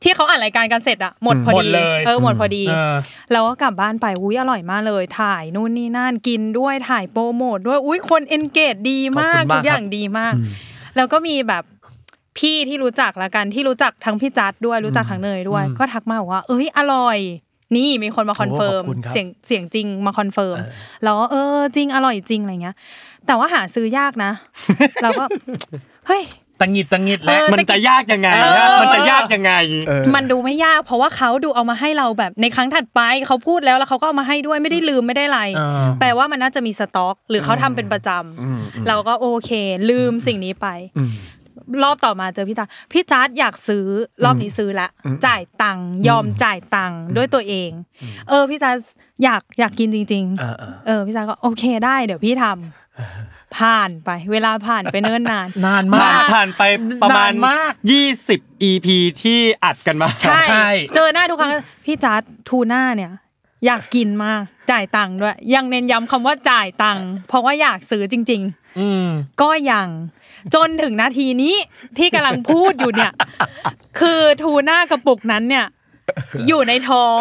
S4: ที่เขาอ่านรายการกันเสร็จอะหมดพอ
S3: หมด
S4: ดี
S3: เลย
S4: เออหมดพอดี
S3: เออ
S4: เราก็กลับบ้านไปอุ้ยอร่อยมากเลย ถ่ายนู่นนี่นั่นกินด้วยถ่ายโปรโมทด้วยอุ้ยคนเอนเกจดีมากทุกอย่างดีมาก แล้วก็มีแบบพี่ที่รู้จักละกันที่รู้จักทั้งพี่จัดด้วยรู้จักทั้งเนยด้วย ก็ทักมาบอกว่า เอ้ยอร่อย นี่มีคนมาคอนเฟิร์มเสียงเสียงจริงมาคอนเฟิร์มแล้วก็เออจริงอร่อยจริงอะไรเงี้ย แต่ว่าหาซื้อยากนะ *laughs* เราก็เฮ้ย
S3: ตังหงิดตังหงิดแล้ว
S4: เออ
S2: มันจะยากยังไง
S3: เออ
S2: นะมันจะยากยังไง
S4: มันดูไม่ยากเพราะว่าเขาดูเอามาให้เราแบบในครั้งถัดไปเขาพูดแล้วแล้วเขาก็เอามาให้ด้วยไม่ได้ลืมไม่ได้อะไร
S3: เออ
S4: แปลว่ามันน่าจะมีสต็อก หรือเขาทำเป็นประจำเราก็โอเค ลืมสิ่งนี้ไป รอบต่อมาเจอพี่ตาพี่จาร์ดอยากซื้อรอบนี้ซื้อละจ่ายตังค์ยอมจ่ายตังค์ด้วยตัวเอง เออพี่จาร์ดอยากอยากกินจริง ๆ
S5: เออเออ
S4: เออพี่จาร์ดก็โอเคได้เดี๋ยวพี่ทำผ่านไป เวลาผ่านไปเนิ่นนาน
S3: นาน
S2: ผ่าม
S3: านก
S2: ผ่านไปประมาณ
S3: นานมาก
S2: 20 EP ที่อัดกันมา
S4: ใช่
S3: ใช่
S4: เจอหน้าทุกครั้งพี่จัดทูน่าเนี่ย อยากกินมากจ่ายตังค์ด้วย ยังเน้นย้ำคำว่าจ่ายตังค์เพราะว่าอยากซื้อจริง
S3: อืม
S4: ๆ ก็ยังจนถึงนาทีนี้ที่กำลังพูดอยู่เนี่ย คือทูน่ากระปุกนั้นเนี่ย อยู่ในท้อง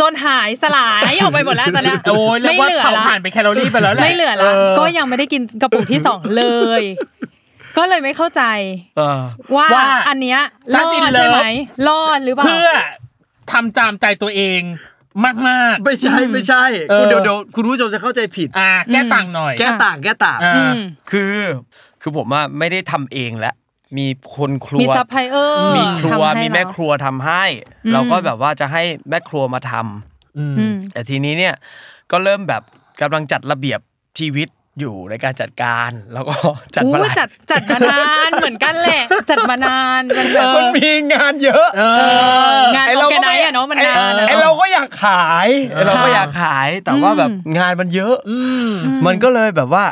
S4: จนหายสลายออกไปหมดแล้วตอนเนี้ย
S3: โอ้ยเรียกว่า
S4: ไม่หลือ
S3: เขา
S4: ละ
S3: ผ่านไปแคลอรี่ไปแล้วแหละ
S4: ไม่เหลือละก็
S3: ยัง
S4: ยังไม่ได้กินกระปุกที่สองเลย ก็เลยไม่เข้าใจ
S5: เออ
S4: ว่า
S3: ว่า
S4: อันเนี้ยรอ
S3: Just
S4: ด
S3: in
S4: ใช่ไหม
S3: love
S4: รอดหรือเปล่า
S3: เพื่อทำจามใจตัวเองมาก
S5: ไม่ใช่ไม่ใช่
S3: เออ
S5: คุณเดี๋ยวเดี๋ยวคุณผู้ชมจะเข้าใจผิด
S3: ๆ อ่า แก้ต่างหน่อย
S5: แก้ต่างแก้ต่าง
S3: อ่า
S4: อืม
S5: คือ คือผมว่าไม่ได้ทำเองแล้วมีคนครัว
S4: มีซัพพลายเออร์
S5: มีครัว
S4: ทำให้
S5: มีแม่
S4: เนอะ
S5: ครัวทำให้
S4: อืม
S5: เราก็แบบว่าจะให้แม่ครัวมาทำ
S3: อืม
S4: อืม
S5: แต่ทีนี้เนี่ยก็เริ่มแบบกำลังจัดระเบียบชีวิตอยู่ในการจัดการ แล้วก็ จัดมาห
S4: อู้
S5: ลาย
S4: จัดจัดมานานเหมือนกันแหละ จัดมานานมันแบบ
S5: มันมีงานเยอะ
S3: เอ
S4: เอ
S3: อ
S4: องาน
S5: ไอ้
S4: ออ
S5: เรา
S4: ร์แก
S5: ก็
S4: ไน
S5: ไม่
S4: ซ์อะเนาะมันนาน
S5: ไอ้
S4: อะ
S5: เราก็อยากขายไอ้เราก็
S4: ค่ะ
S5: อยากขายแต่ว่าแบบงานมันเยอะ
S3: อืม
S5: มันก็เลยแบบว่า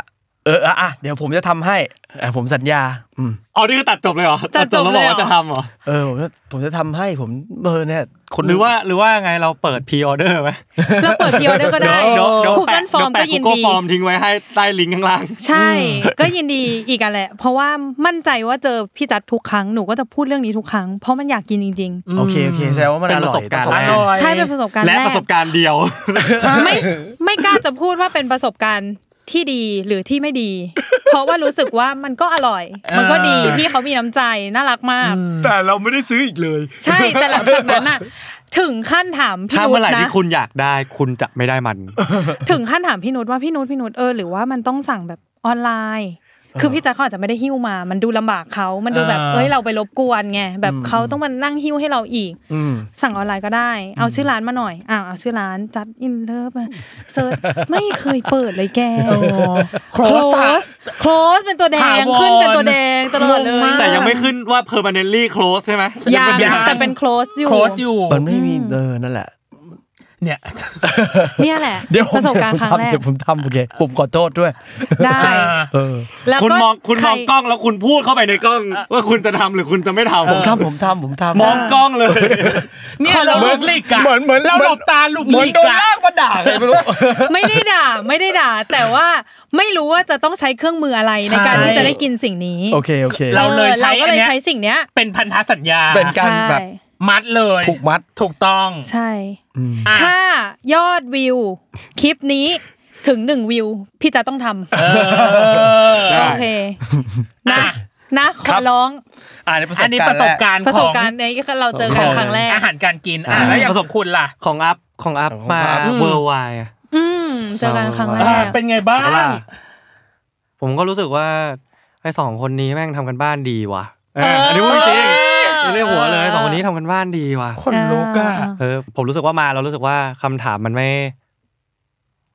S5: เอออ่ะอ่ะเดี๋ยวผมจะทำให้อ่ะผมสัญญา อืม
S2: เอานี่คือตัดจบเลยเหรอ
S4: ตัดจบ
S2: แล้วบ
S4: เล
S2: อก
S4: ยเหรอ
S2: ว่าจะทำเหรอ
S5: เออผมจะผมจะทำให้ผมเออเนี่ยคน
S2: หรือว่าหรือว่าไงเราเปิดพรีออเดอร์ไหม
S4: เราเปิดพีออเดอร์ก็ได้
S2: เดี๋ยวเดี๋ยว
S4: คุก
S2: แปะ
S4: กันฟอร์ม
S2: เดี๋ยว
S4: ก็ยิน
S2: แปะ Google
S4: ดี
S2: Form ทิ้งไว้ให้ใต้ลิงก์ข้างล่าง
S4: ใช่ ก็ยินดีอีกอันแหละ เพราะว่ามั่นใจว่าเจอพี่จัดทุกครั้งหนูก็จะพูดเรื่องนี้ทุกครั้งเพราะมันอยากกินจริง
S5: โอเคโอเคแสดงว่ามัน
S2: เป็
S5: อน
S2: ประ
S5: ร่
S2: ส
S5: อย
S2: บการณ์
S5: ต้องข
S2: แร
S5: อบคุ
S2: ก
S5: ณ
S4: ๆ ใช่เป็นประสบการณ์
S2: และ
S4: แร
S2: ประส
S4: ก
S2: บการณ์เดียว
S4: ไม่ไม่กล้าจะพูดว่าเป็นประสบการณ์ที่ดีหรือที่ไม่
S2: *laughs*
S4: ดี เพราะว่ารู้สึกว่ามันก็อร่อย มันก็ดีพี่เขามีน้ำใจน่ารักมาก
S5: แต่เราไม่ได้ซื้ออีกเลย
S4: ใช่แต่หลังจากนั้นอะถึงขั้นถามพี่
S2: ถ้า
S4: นุ
S2: เมื่อ
S4: ช
S2: ไหร่
S4: นะ
S2: ที่คุณอยากได้คุณจะไม่ได้มัน
S4: ถึงขั้นถามพี่นุชว่าพี่นุชพี่นุชเออหรือว่ามันต้องสั่งแบบออนไลน์ คือพี่แจ๊คเขาอาจจะไม่ได้หิ้วมา มันดูลำบากเขามันดูแบบ
S3: อ่า
S4: เอ้ยเราไปรบกวนไงแบบเขาต้องมานั่งหิ้วให้เราอีก
S5: อืม
S4: สั่งออนไลน์ก็ได้ เอาชื่อร้านมาหน่อยอ่าเอาชื่อร้านจัดอินเลิฟมาเซิร์ช ไม่เคยเปิดเลยแก close close เป็นตัวแดง
S3: ถาวร
S4: ขึ้นเป็นตัวแดงตลอดเล
S3: งงมาย ก
S2: แต่ยังไม่ขึ้นว่า permanently close ใช่ไหม
S4: ยัง
S2: ไม่
S3: ยัง
S4: แต่เป็น close อยู่
S3: โคตรอยู่
S5: มันไม่มีเออนั่นแหละ
S3: เนี่ย
S4: เนี่ยแหละ
S5: เดี๋ยวผม
S4: ประสบการณ์ครั้งแรก
S5: เดี๋ยวผมทำโอเคผมขอโทษด้วย
S4: ได้
S5: เออ
S4: แล้ว
S2: คุณ
S4: ก็
S2: มองคุณ
S4: ใร
S2: มองกล้องแล้วคุณพูดเข้าไปในกล้อง ว่าคุณจะทำหรือคุณจะไม่ทำ
S5: ผมทำผมทำผมทำ
S2: มองกล้องเลย
S3: เนี่ยเราหลบหลีกอะ
S5: เหมือนเหมือน
S3: เราหลบตาหลบ
S5: เห
S3: ห
S5: มือน
S3: ลีก
S5: โดน
S3: อะ
S5: ลากมาด่าเลยไม่รู้
S4: ไม่ได้ด่าไม่ได้ด่า แต่ว่าไม่รู้ว่าจะต้องใช้เครื่องมืออะไรในการ
S5: ใช่
S4: ที่จะได้กินสิ่งนี้
S5: โอเคโอเค
S3: เราเลยใช้
S4: ออเราก็
S3: อัน
S4: เลย
S3: เนี้ย
S4: ใช้สิ่งเนี้ย
S3: เป็นพันธสัญญา
S5: เป็นการ
S4: ใช่
S5: แบบ
S3: มัดเลย
S5: ผูกมัด
S3: ถูกต้อง
S4: ใช่
S3: อ่ะ
S4: ถ้ายอดวิว คลิปนี้ถึงหนึ่งวิว พี่จะต้องท
S3: เออ
S4: ำ
S2: ได้
S4: โอเคนะนะข
S5: ครั
S4: อบ ร้อง
S5: อ่าในประสบ
S3: อั
S5: การณ์
S3: นนี้ประสบการณ์
S4: ประส
S3: ข
S4: บ
S3: อง
S4: การณ์ในที่เราเจอกันครั้งแรก
S3: อาหารการกินอ่ะ
S2: อ่า
S3: แล้วอย่างประสบคุณล่ะ
S2: ของอัพของอัพมาเวอร์ไวอะ
S4: อืมเจอกันครั้งแร
S3: อ่าก เป็นไงบ้าง
S2: เอาล่ะ ผมก็รู้สึกว่าไอ้สองคนนี้แม่งทำกันบ้านดีว่ะเอออันนี้พูดจริงไม่ได้หัวเลยสองคนนี้ทำกันบ้านดีว่ะ
S3: คนลุกอ่ะ
S2: เออผมรู้สึกว่ามาเรารู้สึกว่าคำถามมันไม่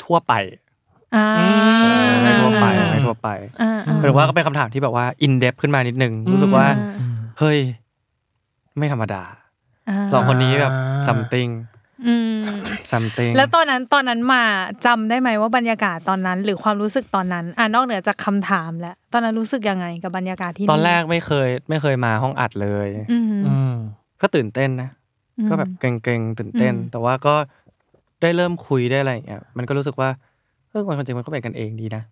S2: ทั่วไป
S4: อ่า
S2: ไม่ทั่วไปไม่ทั่วไป
S4: อ่าอ่า
S2: หรือว่าก็เป็นคำถามที่แบบว่าอินเด h ขึ้นมานิดนึง รู้สึกว่า เฮ้ย ไม่ธรรมดา
S4: อ่า
S2: สองคนนี้แบบ something
S4: อืม
S2: something
S4: แล้วตอนนั้นตอนนั้นมาจำได้ไหมว่าบรรยากาศตอนนั้น หรือความรู้สึกตอนนั้นอ่ะนอกเหนือจากคำถามแล้วตอนนั้นรู้สึกยังไงกับบรรยากาศที่
S2: ตอนแรกไม่เคย ไม่เคยมาห้องอัดเลย
S4: อืม
S2: ก็ตื่นเต้นนะ ก็แบบเกรงๆตื่นเต้น
S4: อืม
S2: แต่ว่าก็ได้เริ่มคุยได้อะไรอย่างเงี้ยมันก็รู้สึกว่าเออคนจริงมันก็เป็นกันเองดีนะ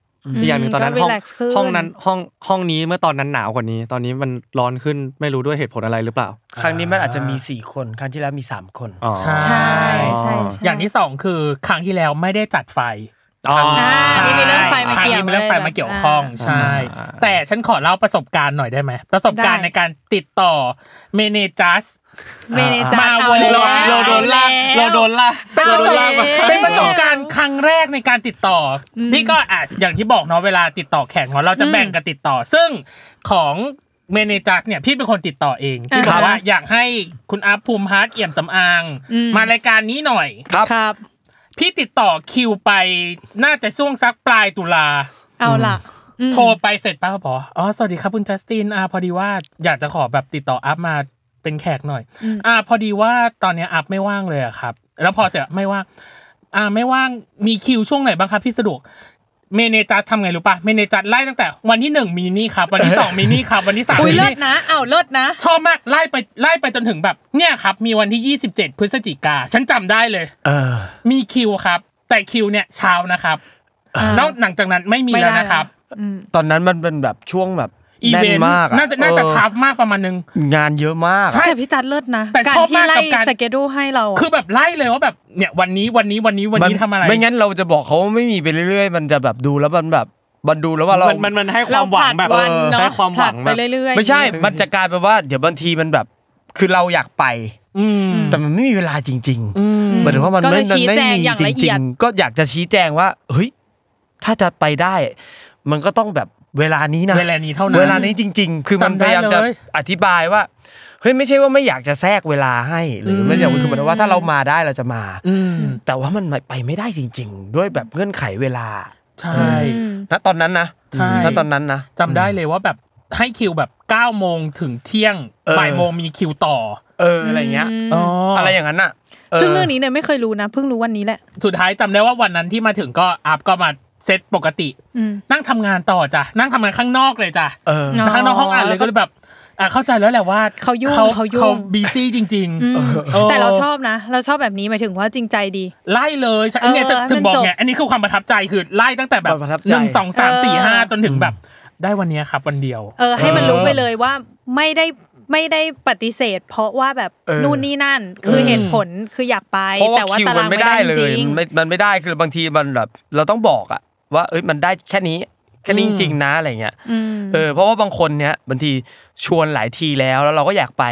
S2: อีกอย่างหนึ่งตอนนั้นห้อ
S4: ก็
S2: ง
S4: relax ขึ้
S2: ห้องนั้นห้องห้องนี้เมื่อตอนนั้นหนาวกว่านี้ ตอนนี้มันร้อนขึ้นไม่รู้ด้วยเหตุผลอะไรหรือเปล่า
S5: ครั้งนี้มันอาจจะมีสี่คน ครั้งที่แล้วมีสามคน
S2: อ๋อ
S4: ใช่ใช่ใช่
S3: อย่างที่สองคือครั้งที่แล้วไม่ได้จัดไฟ
S2: อ๋อ
S4: อ่า
S3: ใช่
S4: นี่มีเรื่องไฟมา
S3: ครั้
S4: เกี่ยว
S3: นี้มีเรื่องไฟ
S4: เลย
S3: มาเกี่ยวข้อง
S4: อ่า
S3: ใช่
S2: อ่า
S3: แต่ฉันขอเล่าประสบการณ์หน่อยได้ไหมประสบการณ์
S4: ได้
S3: ในการติดต่อเมเนจัส
S4: เมเนจา
S3: มา
S4: เอา
S3: วน
S4: แล้ว
S2: เราเราโดนลากเราโดนลาก
S3: เป็น
S2: เรา
S3: ประ
S2: โดน
S3: สบ
S2: ลาก
S4: เอ
S2: มา
S4: อ
S3: เป็นประสบการณ์ครั้งแรกในการติดต่ออ
S4: ม
S3: นี่ก็อ่ะอย่างที่บอกเนาะเวลาติดต่อแข่งเราเราจะ
S4: อืม
S3: แบ่งกันติดต่อ ซึ่งของเมเนจักเนี่ยพี่เป็นคนติดต่อเองพี่บ
S4: ครั
S3: อก
S4: บ
S3: ว่าอยากให้คุณอัพภูมิพัฒน์เอี่ยมสำอาง
S4: อืม
S3: มารายการนี้หน่อย
S5: ครับ
S4: ครับ
S3: พี่ติดต่อคิวไปน่าจะช่วงสักปลายตุลา
S4: เอาล่ะอืม
S3: โทรไปเสร็จป้าก็บอกว่าอ๋อ สวัสดีครับคุณจัสตินอ่าพอดีว่าอยากจะขอแบบติดต่ออัพมาเป็นแขกหน่อย อ่า พอดีว่าตอนเนี้ยอัพไม่ว่างเลยอะครับ แล้วพอเสร็จไม่ว่างอ่าไม่ว่างมีคิวช่วงไหนบ้างครับที่สะดวก เมเนจัดทำไงรู้ป่ะเมเนจัดไล่ตั้งแต่วันที่หนึ่งมีนี่ครับ วันที่สองมีนี่ครับ วันที่สาม
S4: อุ้ย
S3: มี
S4: เลิศ
S3: นี่
S4: นะเอาเลิศนะ
S3: ชอบมากไล่ไปไล่ไปจนถึงแบบเนี่ยครับ มีวันที่ยี่สิบเจ็ดพฤศจิกาฉันจำได้เลย
S5: เออ
S3: มีคิวครับ แต่คิวเนี่ยเช้านะครับแล้วหลังจากนั้นไม่มี
S4: ไม่ได้
S3: แล้วนะครับ
S5: ตอนนั้นมันเป็นแบบช่วงแบบ
S3: อี
S5: แน่
S3: เวน นต์
S5: มากอะ
S3: น่าจะน่าจะ
S5: เออ
S3: ทัฟมากประมาณนึง
S5: งานเยอะมาก
S3: ใช่
S4: แต่พี่จัดเลิศนะ
S3: แต่
S4: การ
S3: ชอบ
S4: ที่
S3: มาก
S4: ไล่
S3: กับการ
S4: สเกดูให้เราอะ
S3: คือแบบไล่เลยว่าแบบเนี่ยวันนี้วันนี้วันนี้วันนี้ทำอะไร
S5: ไม่งั้นเราจะบอกเขาว่าไม่มีไปเรื่อยๆ มันจะแบบดูแล้วมันแบบมันดูแล้วว่าเรา
S2: มันมันมันให้ความหวังแบบ
S4: เรผลัดนเนอะ
S2: ให้ความหวัง
S4: ผ
S2: แบ
S4: ลัด
S2: บ
S4: ไปเรื่อยๆ
S5: ไม่ใช่ มันจะกลายเป็นว่า เดี๋ยวบางทีมันแบบ คือเราอยากไป
S3: อืม
S5: แต่มันไม่มีเวลาจริง
S3: อืม
S5: ๆหมายถึงว่ามัน
S4: ก็เล
S5: ไม่
S4: ย
S5: มันไม่
S4: ชี้แจง
S5: มี
S4: อย่าง
S5: จ
S4: ละเอี
S5: ริ
S4: ย
S5: ง
S4: ด
S5: ๆ ก็อยากจะชี้แจงว่า เฮ้ย ถ้าจะไปได้ มันก็ต้องแบบเวลานี้นะ
S3: เวลานี้เท่านั้น
S5: เวลานี้จริง ๆ คือมันพ
S3: จำได้
S5: ยายามจะ
S3: เลย
S5: อธิบายว่า เฮ้ยไม่ใช่ว่าไม่อยากจะแทรกเวลาให้ หรือไม่อยากคือหมายถึงว่าถ้าเรามาได้เราจะมา
S3: อืม
S5: แต่ว่ามันไปไม่ได้จริง ๆ ด้วยแบบเงื่อนไขเวลา
S3: ใช่
S4: อืม
S5: ณตอนนั้นนะ
S3: ใช่
S5: ณตอนนั้นนะ
S3: จำได้เลยว่าแบบให้คิวแบบ9ก้าโมงถึงเที่ยง
S5: เออ
S3: บ่ายโมงมีคิวต่อ
S5: เอออะไรเงี้ย
S3: อ
S5: อะไรอย่างนั้นอ่ะ
S4: ซึ่งเรื่องนี้เนี่ยไม่เคยรู้นะ เพิ่งรู้วันนี้แหละ
S3: สุดท้ายจำได้ว่าวันนั้นที่มาถึงก็อัพก็มาเซตปกติ
S4: อืม
S3: นั่งทำงานต่อจ้ะนั่งทำงานข้างนอกเลยจ้ะ
S5: เออ
S4: เนาะ
S3: ข้างนอกห้องอ่านเลยก็เลยแบบอ่ะเข้าใจแล้วแหละว่า
S4: เขายุ่งเขายุ่ง
S3: เขาบีซี่จริง
S4: อืมแต่เราชอบนะ เราชอบแบบนี้หมายถึงว่าจริงใจดี
S3: ไล่เลยใช่อันเนี้ย
S4: เออ
S3: จะ
S4: ให้
S3: ถึ
S4: มั
S3: ง
S4: น
S3: บอก
S4: จบ
S3: ไงอันนี้คือความประทับใจคือไล่ตั้งแต่แบบ
S5: ประทับใจ
S3: หนึ่งสองสามสี่
S4: เออ
S3: ห้าจนถึงแบบ ได้วันเนี้ยครับวันเดียว
S4: เออ ให้มันรู้ไปเลยว่าไม่ได้ไม่ได้ปฏิเสธ เพราะว่าแบบ
S5: เออ
S4: นู่นนี่นั่น คือเหตุผลคืออยากไป
S5: เพราะว่า
S4: แต่ว่า
S5: คิว
S4: ตา
S5: มั
S4: ราน ง
S5: ไม่
S4: ไม่ได้
S5: ได้เล
S4: จ
S5: ย
S4: ริง
S5: มันมันไม่ได้คือบางทีมันแบบเราต้องบอกอะว่าเอ้ยมันได้แค่นี้แค่นี้จริงๆนะอะไรเงี้ย
S4: อืม
S5: เออเพราะว่าบางคนเนี้ยบางทีชวนหลายทีแล้วแล้วเราก็อยากไป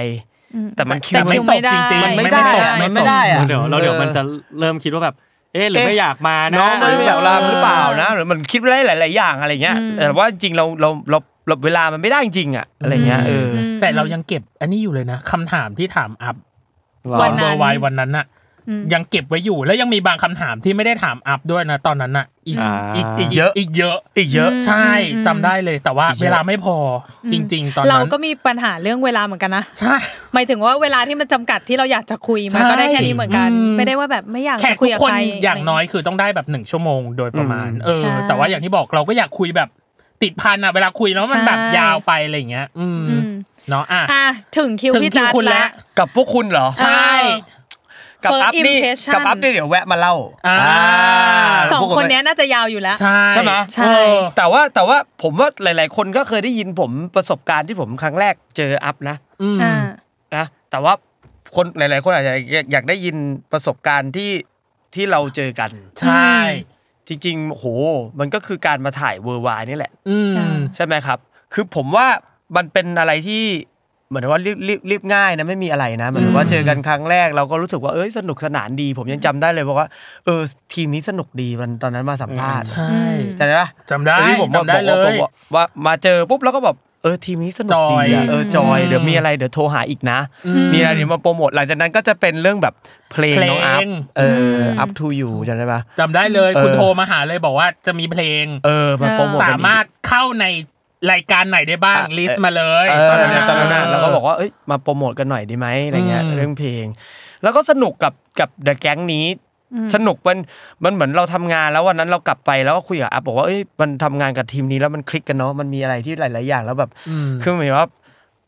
S5: แต่มันคิว
S4: แต่
S5: มัน
S4: คิวไม่ได้
S3: จริงๆ
S4: มัน
S5: ไม่ได้
S3: ส่ง
S5: อะ
S3: ส่ง
S5: มันไม่ได้อะ
S2: เดี๋ยวเราเดี๋ยวมันจะเริ่มคิดว่าแบบ
S6: เอ๊ะหรือไม่อยากมานะ
S5: น้องมันไม่อยากลา
S4: เออ
S5: หรือเปล่านะหรือมันคิดไปได้หลาย ๆ อย่างอะไรเงี้ย
S4: อืม
S5: แต่ว่าจริงๆเราเราเราเราเวลามันไม่ได้จริงๆอ่ะอะไรเงี้ยเอออ
S4: อืม
S3: แต่เรายังเก็บอันนี้อยู่เลยนะคำถามที่ถามอัพต
S4: วั
S3: อน นเบอ
S4: นั้
S3: น ร์ไววันนั้นน่ะ
S4: อืม
S3: ยังเก็บไว้อยู่แล้วยังมีบางคำถามที่ไม่ได้ถามอัพด้วยนะตอนนั้นน่ะอีก
S6: อ่า
S3: อีกอีกเยอะอีกเยอะ
S5: อีกเยอะ
S3: ใช่
S4: อืม
S3: จำได้เลยแต่ว่าเวลาไม่พออจริง ๆ ตอนนั้น
S4: เราก็มีปัญหาเรื่องเวลาเหมือนกันนะ
S3: ใช่
S4: หมายถึงว่าเวลาที่มันจำกัดที่เราอยากจะคุยมัน
S3: ใช่
S4: ก็ได้แค่นี้เหมือนกัน
S3: อืม
S4: ไม่ได้ว่าแบบไม่อยาก
S3: แขก
S4: จะคุ
S3: ทุ
S4: ย
S3: ก
S4: กับ
S3: คน
S4: ใคร
S3: อย่างน้อยคือต้องได้แบบหนึ่งชั่วโมงโดยประมาณ
S6: อืม
S3: เออ
S4: ใช่
S3: แต่ว่าอย่างที่บอกเราก็อยากคุยแบบติดพันอะเวลาคุยแล้วมัน
S4: ใช่
S3: แบบยาวไปอะไรอย่างเงี้ย อืม
S4: อืม
S3: เนาะอ่ะ
S4: อ่ะถึงคิว
S3: ถึง
S4: พี่
S3: คิว
S4: จัด
S3: คุณ
S4: ละ
S3: ละ
S5: กับพวกคุณเหรอ
S3: ใช่
S5: กับ
S4: First
S5: อัพนี่
S4: impression
S5: กับอัพนี่เดี๋ยวแวะมาเล่า
S3: อ่า
S4: สอง
S5: พวก
S4: คนเนี้ยน่าจะยาวอยู่แล้ว
S3: ใช่
S5: ใช่ไหม
S4: ใช่
S3: เออ
S5: แต่ว่าแต่ว่าผมว่าหลาย ๆ คนก็เคยได้ยินผมประสบการณ์ที่ผมครั้งแรกเจออัพนะ
S3: อืม
S4: อ่า
S5: นะแต่ว่าคนหลาย ๆ คนอาจจะอยากอยากได้ยินประสบการณ์ที่ที่เราเจอกัน
S3: ใช่
S5: จริงๆโห มันก็คือการมาถ่ายเวอร์วายนี่แหละ
S3: อืม
S4: อ่า
S5: ใช่ไหมครับ คือผมว่ามันเป็นอะไรที่เหมือนว่ารีบรีบรีบง่ายนะไม่มีอะไรนะเหมือนว่าเจอกันครั้งแรกเราก็รู้สึกว่าเอ้ยสนุกสนานดี ผมยังจำได้เลยบอกว่าเออทีมนี้สนุกดีมันตอนนั้นมาสัมภาษณ์
S3: ใช่
S5: จำได้ปะ
S3: จำได้
S5: เออที่ผมบอก
S3: จำได้เล
S5: ว่าบอก
S3: ย
S5: ว่าว่ามาเจอปุ๊บแล้วก็แบบเออทีมนี้สนุกดี
S3: จอย
S5: อะเออจอย
S3: อืม
S5: เดี๋ยวมีอะไรเดี๋ยวโทรหาอีกนะ
S3: อืม
S5: มีอะไรเดี๋ยวมาโปรโมทหลังจากนั้นก็จะเป็นเรื่องแบบเพลงน้องอัพ
S3: เพลง
S5: เอออ
S4: ม
S5: อัพทูยูจำได้ปะ
S3: จำได้เลย
S5: เออ
S3: คุณโทรมาหาเลยบอกว่าจะมีเพลง
S5: เออมาโปรโมทกัน
S3: สา
S5: อีก
S3: มารถเข้าในรายการไหนได้บ้าง
S5: อ่ะ
S3: ลิสต์มาเลย
S5: เออตอนนั้น
S3: อะ
S5: ตอนนั้นน่ะเราก็บอกว่าเอ้ยมาโปรโมทกันหน่อยดีไหมอะไรเงี้ย
S3: อืม
S5: เรื่องเพลง แล้วก็สนุกกับกับเดอะแก๊งนี้ สนุกมันมันเหมือนเราทำงานแล้ววันนั้นเรากลับไปแล้วก็คุยกับอัพบอกว่าเอ้ยมันทำงานกับทีมนี้แล้วมันคลิกกันเนาะมันมีอะไรที่หลาย ๆ อย่างแล้วแบบ
S3: ม
S5: คือหมายว่า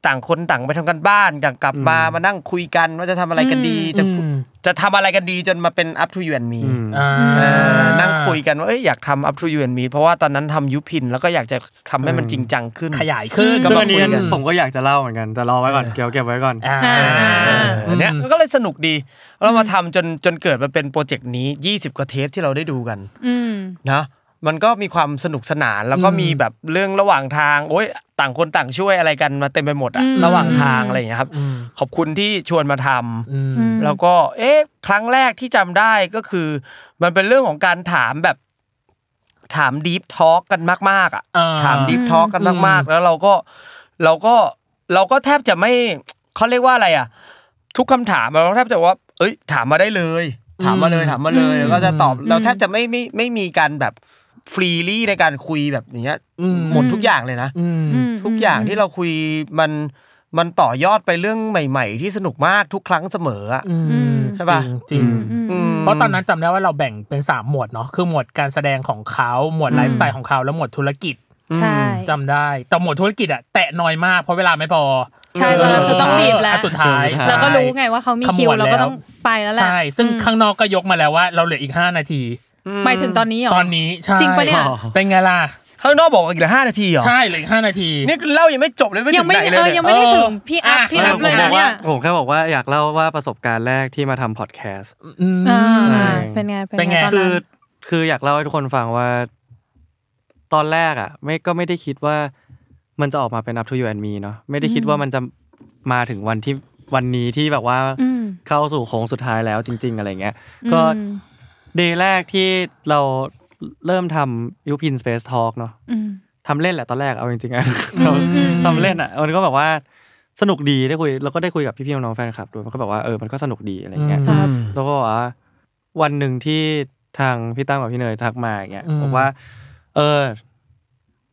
S5: ต่างคนต่างไปทำกันบ้านต่างกลับมามานั่งคุยกันว่าจะทำอะไรกันดี
S3: อื
S5: จะ
S3: ม
S5: จะทำอะไรกันดีจนมาเป็น up to you and me
S3: อ่า
S5: เออนั่งคุยกันว่าเอ้ยอยากทำ up to you and me เพราะว่าตอนนั้นทำยุพินแล้วก็อยากจะทำให้มันจริงจังขึ้น
S3: ขยายขึ้น
S5: ก็
S6: ซึ่ง
S5: มา
S6: อัน
S5: คุ
S6: นี้
S5: ยกัน
S6: ผมก็อยากจะเล่าเหมือนกันแต่รอไว้ก่อนเก็บเก็บไว้ก่อน
S3: อ่า
S5: เออเนี่ย
S3: อืม
S5: ก็เลยสนุกดีแล้วมาทำจนจนเกิดมาเป็นโปรเจกต์นี้ 20 กว่าเทปที่เราได้ดูกัน
S4: อืม
S5: นะมันก็มีความสนุกสนานแล้วก็มีแบบเรื่องระหว่างทางโอ้ยต่างคนต่างช่วยอะไรกันมาเต็มไปหมดอะ
S4: อืม
S5: ระหว่างทางอะไรอย่างเงี้ยครับ
S3: อืม
S5: ขอบคุณที่ชวนมาทำ
S3: อืม
S4: อืม
S5: แล้วก็เอ๊ะครั้งแรกที่จำได้ก็คือ มันเป็นเรื่องของการถามแบบถามดีฟทอล์กกันมากๆอะ
S3: อ่า
S5: ถามดีฟทอล์กกันมากๆ แล้วเราก็เราก็เราก็แทบจะไม่เขาเรียกว่าอะไรอะ ทุกคำถามเราแทบจะว่า เอ้ย ถามมาได้เลย ถามมาเลย ถามมาเลย
S4: อืม
S5: แล้วก็จะตอบ เราแทบจะไม่ไม่ไม่มีการแบบฟรีลี่ในการคุยแบบอย่างเงี้ย
S3: อืม
S5: หมดทุกอย่างเลยนะ
S3: อืม
S4: อืม
S5: ทุกอย่างที่เราคุยมันมันต่อยอดไปเรื่องใหม่ ๆ ที่สนุกมากทุกครั้งเสมออะ
S3: อืม
S5: ใช่ป่ะ
S3: จริง
S4: อืม
S5: อืม
S3: เพราะตอนนั้นจำได้ว่าเราแบ่งเป็น 3 หมวดเนาะคือหมวดการแสดงของเขาหมวดไลฟ์สไตล์ของเขาแล้วหมวดธุรกิจ
S4: ใช่
S3: จำได้ แต่หมวดธุรกิจอะแตะน้อยมากเพราะเวลาไม่พอ
S4: ใช่ตอนนั้นคือต้องบีบแล้ว
S3: นสุดท้าย
S4: แล้วก็รู้ไงว่าเขามีคิว
S3: ขม
S4: เราก็ต้องไปแล้วแหละ
S3: ใช่ ซึ่งข้างนอกก็ยกมาแล้วว่า เราเหลืออีก 5 นาที
S4: หมายถึงตอนนี้เหรอ
S3: ตอนนี้ใช่
S4: จริงปะเนี่ย
S3: เป็นไงล่ะ
S5: ข้างนอกบอกอีกเหลือห้านาทีเหรอ
S3: ใช่เหลืออีกห้านาที
S5: นี่เล่ายังไม่จบเลยไม่
S4: ยั
S5: ถึ
S4: ง
S5: ง
S4: ไม่
S5: ไหนเล
S4: เอย อ
S5: เนี่ย
S4: ยังไม่ได้ถึง
S3: เออ
S4: พี่อัพ
S3: อ่ะ
S4: พี่
S6: ผ
S4: อัพ
S6: ม
S4: เลย
S6: บ
S4: นะ
S6: อก
S4: เนี่
S6: ว่าย ผมแค่บอกว่าอยากเล่าว่าประสบการณ์แรกที่มาทำพอดแคสต์
S3: อืม
S4: อ่า
S6: ใช่
S4: เป็นไง
S3: เป็
S4: เป็น น
S3: ไง
S4: ไงตอน
S6: คื
S4: นั้
S6: อน คืออยากเล่าให้ทุกคนฟังว่า ตอนแรกอ่ะ ไม่ก็ไม่ได้คิดว่ามันจะออกมาเป็น up to you and me เนาะไม่ได้คิดว่ามันจะมาถึงวันที่วันนี้ที่แบบว่า
S4: อืม
S6: เข้าสู่โค้งสุดท้ายแล้วจริง ๆ อะไรเงี้ย ก็ เดย์แรกที่เราเริ่มทำยูพินสเปซทอล์กเนาะ
S4: อืม
S6: ทำเล่นแหละตอนแรกเอาจริงๆอะ
S4: อืมอืม
S6: *laughs* ทำเล่นอ่ะมันก็แบบว่าสนุกดีได้คุยแล้วก็ได้คุยกับพี่ๆน้องๆแฟนคลับด้วยมันก็แบบว่าเออมันก็สนุกดีอะไรเงี้ย
S4: ครับ
S6: แล้วก็บอกว่าวันหนึ่งที่ทางพี่ตั้งกับพี่เนยทักมาอย่างเงี้ย
S3: อืม
S6: บอกว่า เออ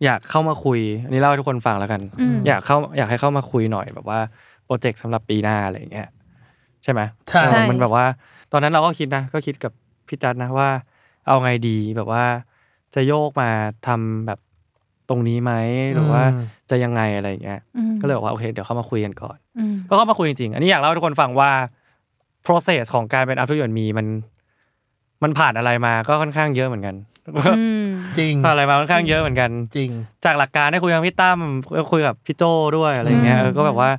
S6: อยากเข้ามาคุยอันนี้เล่าให้ทุกคนฟังแล้วกัน
S4: อืม
S6: อยากเข้า อยากให้เข้ามาคุยหน่อยแบบว่าโปรเจกต์สำหรับปีหน้าอะไรอย่างเงี้ยใช่ไหม
S3: ใช่
S6: เอ
S4: ใช่
S6: อมันแบบว่า ตอนนั้นเราก็คิดนะก็คิดกับพี่จัดนะว่า เอาไงดีแบบว่า จะโยกมาทำแบบตรงนี้ไหมหรือว่าจะยังไงอะไรอย่างเงี้ย
S4: อืม
S6: ก็เลยบอกว่าโอเคเดี๋ยวเข้ามาคุยกันก่อน
S4: อืม
S6: ก็เข้ามาคุยจริงๆ อันนี้อยากเล่าให้ทุกคนฟังว่า process ของการเป็นอัพทุยนมีมัน มันผ่านอะไรมาก็ค่อนข้างเยอะเหมือนกัน
S4: อืม
S3: จริง
S6: ผ่านอะไรมาค่อนข้างเยอะเหมือนกัน
S3: จริง
S6: จากหลักการได้คุยกับพี่ตั้มคุยกับพี่โจด้วยอะไรอย่างเงี้ย
S4: อืม
S6: เออก็แบบว่า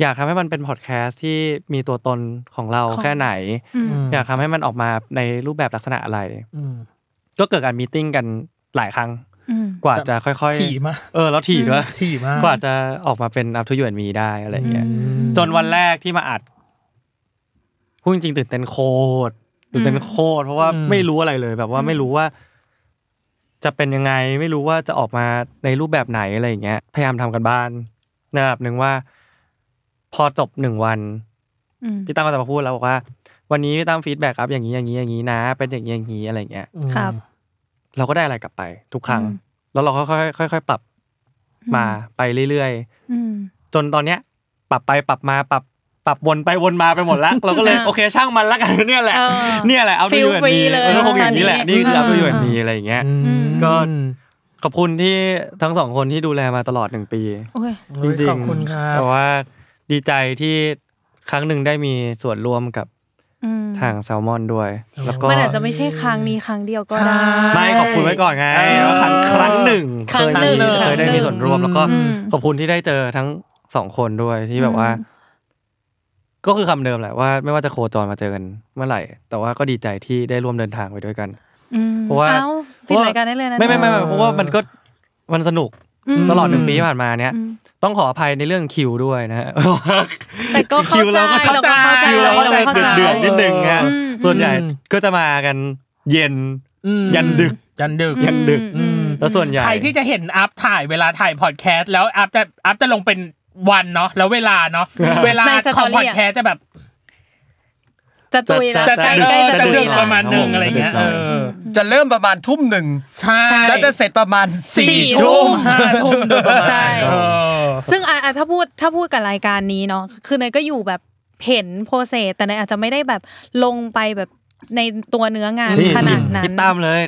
S6: อยากทำให้มันเป็นพอดแคสต์ที่มีตัวตนของเรา
S4: ของ
S6: แค่ไหน
S4: อืม
S3: ม
S6: อยากทำให้มันออกมาในรูปแบบลักษณะอะไร
S3: อืม
S6: ก็เกิดการมีติ้งกันหลายครั้ง
S4: อืม
S6: กว่าจะค่อย
S3: ถี่มาก
S6: ๆเออแล้วถี่ด้วย
S3: ถี่มาก
S6: กว่าจะออกมาเป็นอัพทุยนมีได้อะไรอย่างเงี้ย
S3: อืม
S6: จนวันแรกที่มาอัดพูดจริงๆตื่นเต้นโคตร
S2: ตื่นเต้นโคตรเพราะว่า
S3: อืม
S2: ไม่รู้อะไรเลย แบบว่าไม่รู้ว่า จะเป็นยังไง ไม่รู้ว่าจะออกมาในรูปแบบไหนอะไรอย่างเงี้ยพยายามทำกันบ้านในระดับหนึ่งว่า พอจบหนึ่งวัน
S4: อืม
S2: พี่ตั้มก็จะมาพูดแล้วบอกว่า วันนี้พี่ตั้มฟีดแบ็กอัพอย่างนี้อย่างนี้อย่างนี้นะ เป็นอย่างนี้อย่างนี้อะไรอย่างเงี้ย
S3: อืม
S4: ครับ
S2: เราก็ได้อะไรกลับไปทุกครั้ง
S4: อืม
S2: แล้วเราค่อยๆค่อยๆปรับมาไปเรื่อย
S4: อืม
S2: ๆ จนตอนเนี้ย ปรับไปปรับมาปรับปรับวนไปวนมาไปหมดละ เราก็เลย
S4: อ่า
S2: โอเคช่างมันละกัน *laughs* เนี่ยแหละ
S4: เออ
S2: เนี่ยแหละเอาดู
S4: Feel
S2: อยู่แบบนี้
S4: free เลย
S2: ฉันก็คงอย่างนี้แหละ
S4: ตอนนี้
S2: นี่คือเอาดูอยู่
S4: อ่า
S2: แบบนี้อะไรอย่างเงี้ย
S3: อืม
S2: ก็ ขอบคุณที่ทั้งสองคนที่ดูแลมาตลอดหนึ่งปี
S4: โอ้ย
S3: จ
S2: จ
S3: ริ
S2: ริ
S3: ง
S2: ง
S3: ขอบคุณ
S2: ๆ
S3: ครับ
S2: แต่ว่าดีใจที่ครั้งหนึ่งได้มีส่วนร่วมกับ
S4: อืม
S2: ทางแซลมอนด้วย แล้วก็
S4: มันอาจจะไม่ใช่ครั้งนี้ครั้งเดียวก็ได้
S2: ไม่ขอบคุณไว้ก่อนไงว่าครั้งครั้งหนึ่ง
S4: ครั้ง
S2: เคย
S4: หนึ่
S2: มี
S4: ง
S2: เคยได้มีส่วนร่วมแล้วก็
S4: อืม
S2: ขอบคุณที่ได้เจอทั้งสองคนด้วยที่แบบว่า ก็คือคำเดิมแหละว่าไม่ว่าจะโคจรมาเจอกันเมื่อไหร่ แต่ว่าก็ดีใจที่ได้ร่วมเดินทางไปด้วยกัน
S4: อืม
S2: เพราะว่า
S4: เอ้าปิดรายการได้เลยนะ
S2: ไม่ไม่ไม่ไม่เพราะว่ามันก็มันสนุก
S4: อืม
S2: ตลอดหนึ่งปีที่ผ่านมาเนี้ยต้องขออภัยในเรื่องคิวด้วยนะฮะ
S4: แต่ก็เข้าใจเราก็เข้าใจ
S2: คิวเราก็จะเดือดเดือดๆนิดนึงฮะ
S4: อืม
S2: ส่วนใหญ่ก็จะมากันเย็น
S3: ม
S2: ยันดึก
S3: ยันดึก
S2: ยันดึก
S4: อืม
S2: แล้วส่วนใหญ่
S3: ใครที่จะเห็นอัพถ่ายเวลาถ่ายพอดแคสต์แล้วอัพจะอัพจะลงเป็นวันเนาะแล้วเวลาเนาะเวลา
S4: ในส
S3: ข
S4: ต
S3: อ
S4: อง รี่
S3: พอด
S4: อะ
S3: แคสต์จะแบบ
S4: จะตุยแล้ว
S3: จะ
S4: ใกล้
S3: เอ
S4: ใกล้
S3: อ
S4: จะ
S3: จะ
S4: ตุ
S3: ดึ
S4: ย
S3: ก
S4: แล้ว
S3: ประมาณหนึ่ง
S2: ครับผม
S3: อะไรเงี้ยเออ
S5: จะเริ่มประมาณทุ่มหนึ่ง
S3: ใช่
S5: แล้วจะเสร็จประมาณสี่
S4: สี่
S5: ทุ่ม
S3: ห้าทุ่มโดยประมาณ
S4: ใช่
S3: เออ
S4: ซึ่งอ่ะอ่ะถ้าพูดถ้าพูดกับรายการนี้เนาะคือเนยก็อยู่แบบเห็นโปรเซสแต่เนยอาจจะไม่ได้แบบลงไปแบบในตัวเนื้องาน
S2: นี่
S4: ขนาดนั้น
S2: พี่ตั้มเลย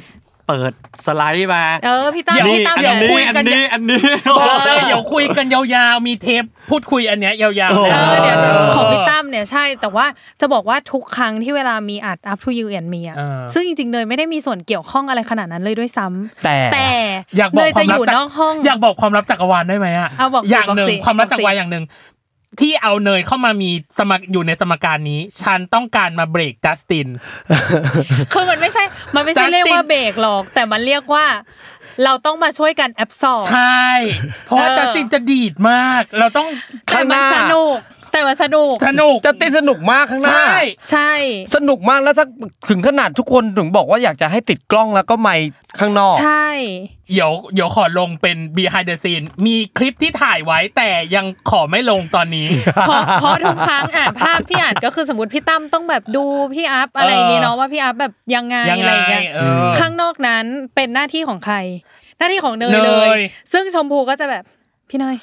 S2: เปิดสไลด์มา
S4: เออพี่ตั้ม
S3: เดี๋ยว
S4: พี่ตั้ม
S2: อัน
S4: เดี๋ยว
S2: นี้
S3: คุยกั
S2: อั
S3: น
S2: นนี้อันนี้
S3: บอกเลยเดี๋ยวคุยกันยาวๆมีเทปพูดคุยอันเนี้ยยาวๆ
S4: เออเดี๋ยว
S3: เ
S4: ของพี่ตั้มเนี่ยใช่ แต่ว่าจะบอกว่าทุกครั้งที่เวลามีอัด up to you and me อะ
S3: เออ
S4: ซึ่งจริงๆเนยไม่ได้มีส่วนเกี่ยวข้องอะไรขนาดนั้นเลยด้วยซ้ำ
S5: แต่
S4: แต่
S3: อยากบ
S4: เน
S3: อก
S4: ย
S3: ควา
S4: จะ
S3: มลับ
S4: อยู่นอกห้อง
S3: อยากบอกความลับจักรวาลได้ไหมอะ
S4: เอาบอกสิ
S3: อย่างหนึ่ง
S4: บอกสิ
S3: ความลับจักรวาล
S4: บอกสิ
S3: อย่างหนึ่งที่เอาเนยเข้ามามีสมัครอยู่ในสมการนี้ ฉันต้องการมาเบรกจัสติน
S4: คือมันไม่ใช่ มันไม่ใช่
S3: Justin
S4: เรียกว่าเบรกหรอก แต่มันเรียกว่า เราต้องมาช่วยกันแอบสอบ
S3: ใช่ เพราะว่า
S4: เออ
S3: จัสตินจะดีดมาก เราต้อง
S4: แต่มันสนุก แต่มันสนุก
S3: สนุก
S5: จะติดสนุกมากข้างหน้า
S3: ใช่
S4: ใช่
S5: สนุกมากแล้วถ้าถึงขนาดทุกคนถึงบอกว่าอยากจะให้ติดกล้องแล้วก็ไมค์ข้างนอก
S4: ใช่
S3: เดี๋ยวเดี๋ยวขอลงเป็น behind the scene มีคลิปที่ถ่ายไว้แต่ยังขอไม่ลงตอนนี้
S4: เพราะเพราะทุกครั้งอ่านภาพที่อ่านก็คือสมมติพี่ตั้มต้องแบบดูพี่อัพอะไรอย่างงี้เนาะว่าพี่อัพแบบยังไง
S3: ยัง
S4: อะ
S3: ไง
S4: ไรอย่างเงี้ย
S3: เออ
S4: ข้างนอกนั้นเป็นหน้าที่ของใคร หน้าที่ของเนย
S3: เนย
S4: เลย ซึ่งชมพูก็จะแบบ พี่เนย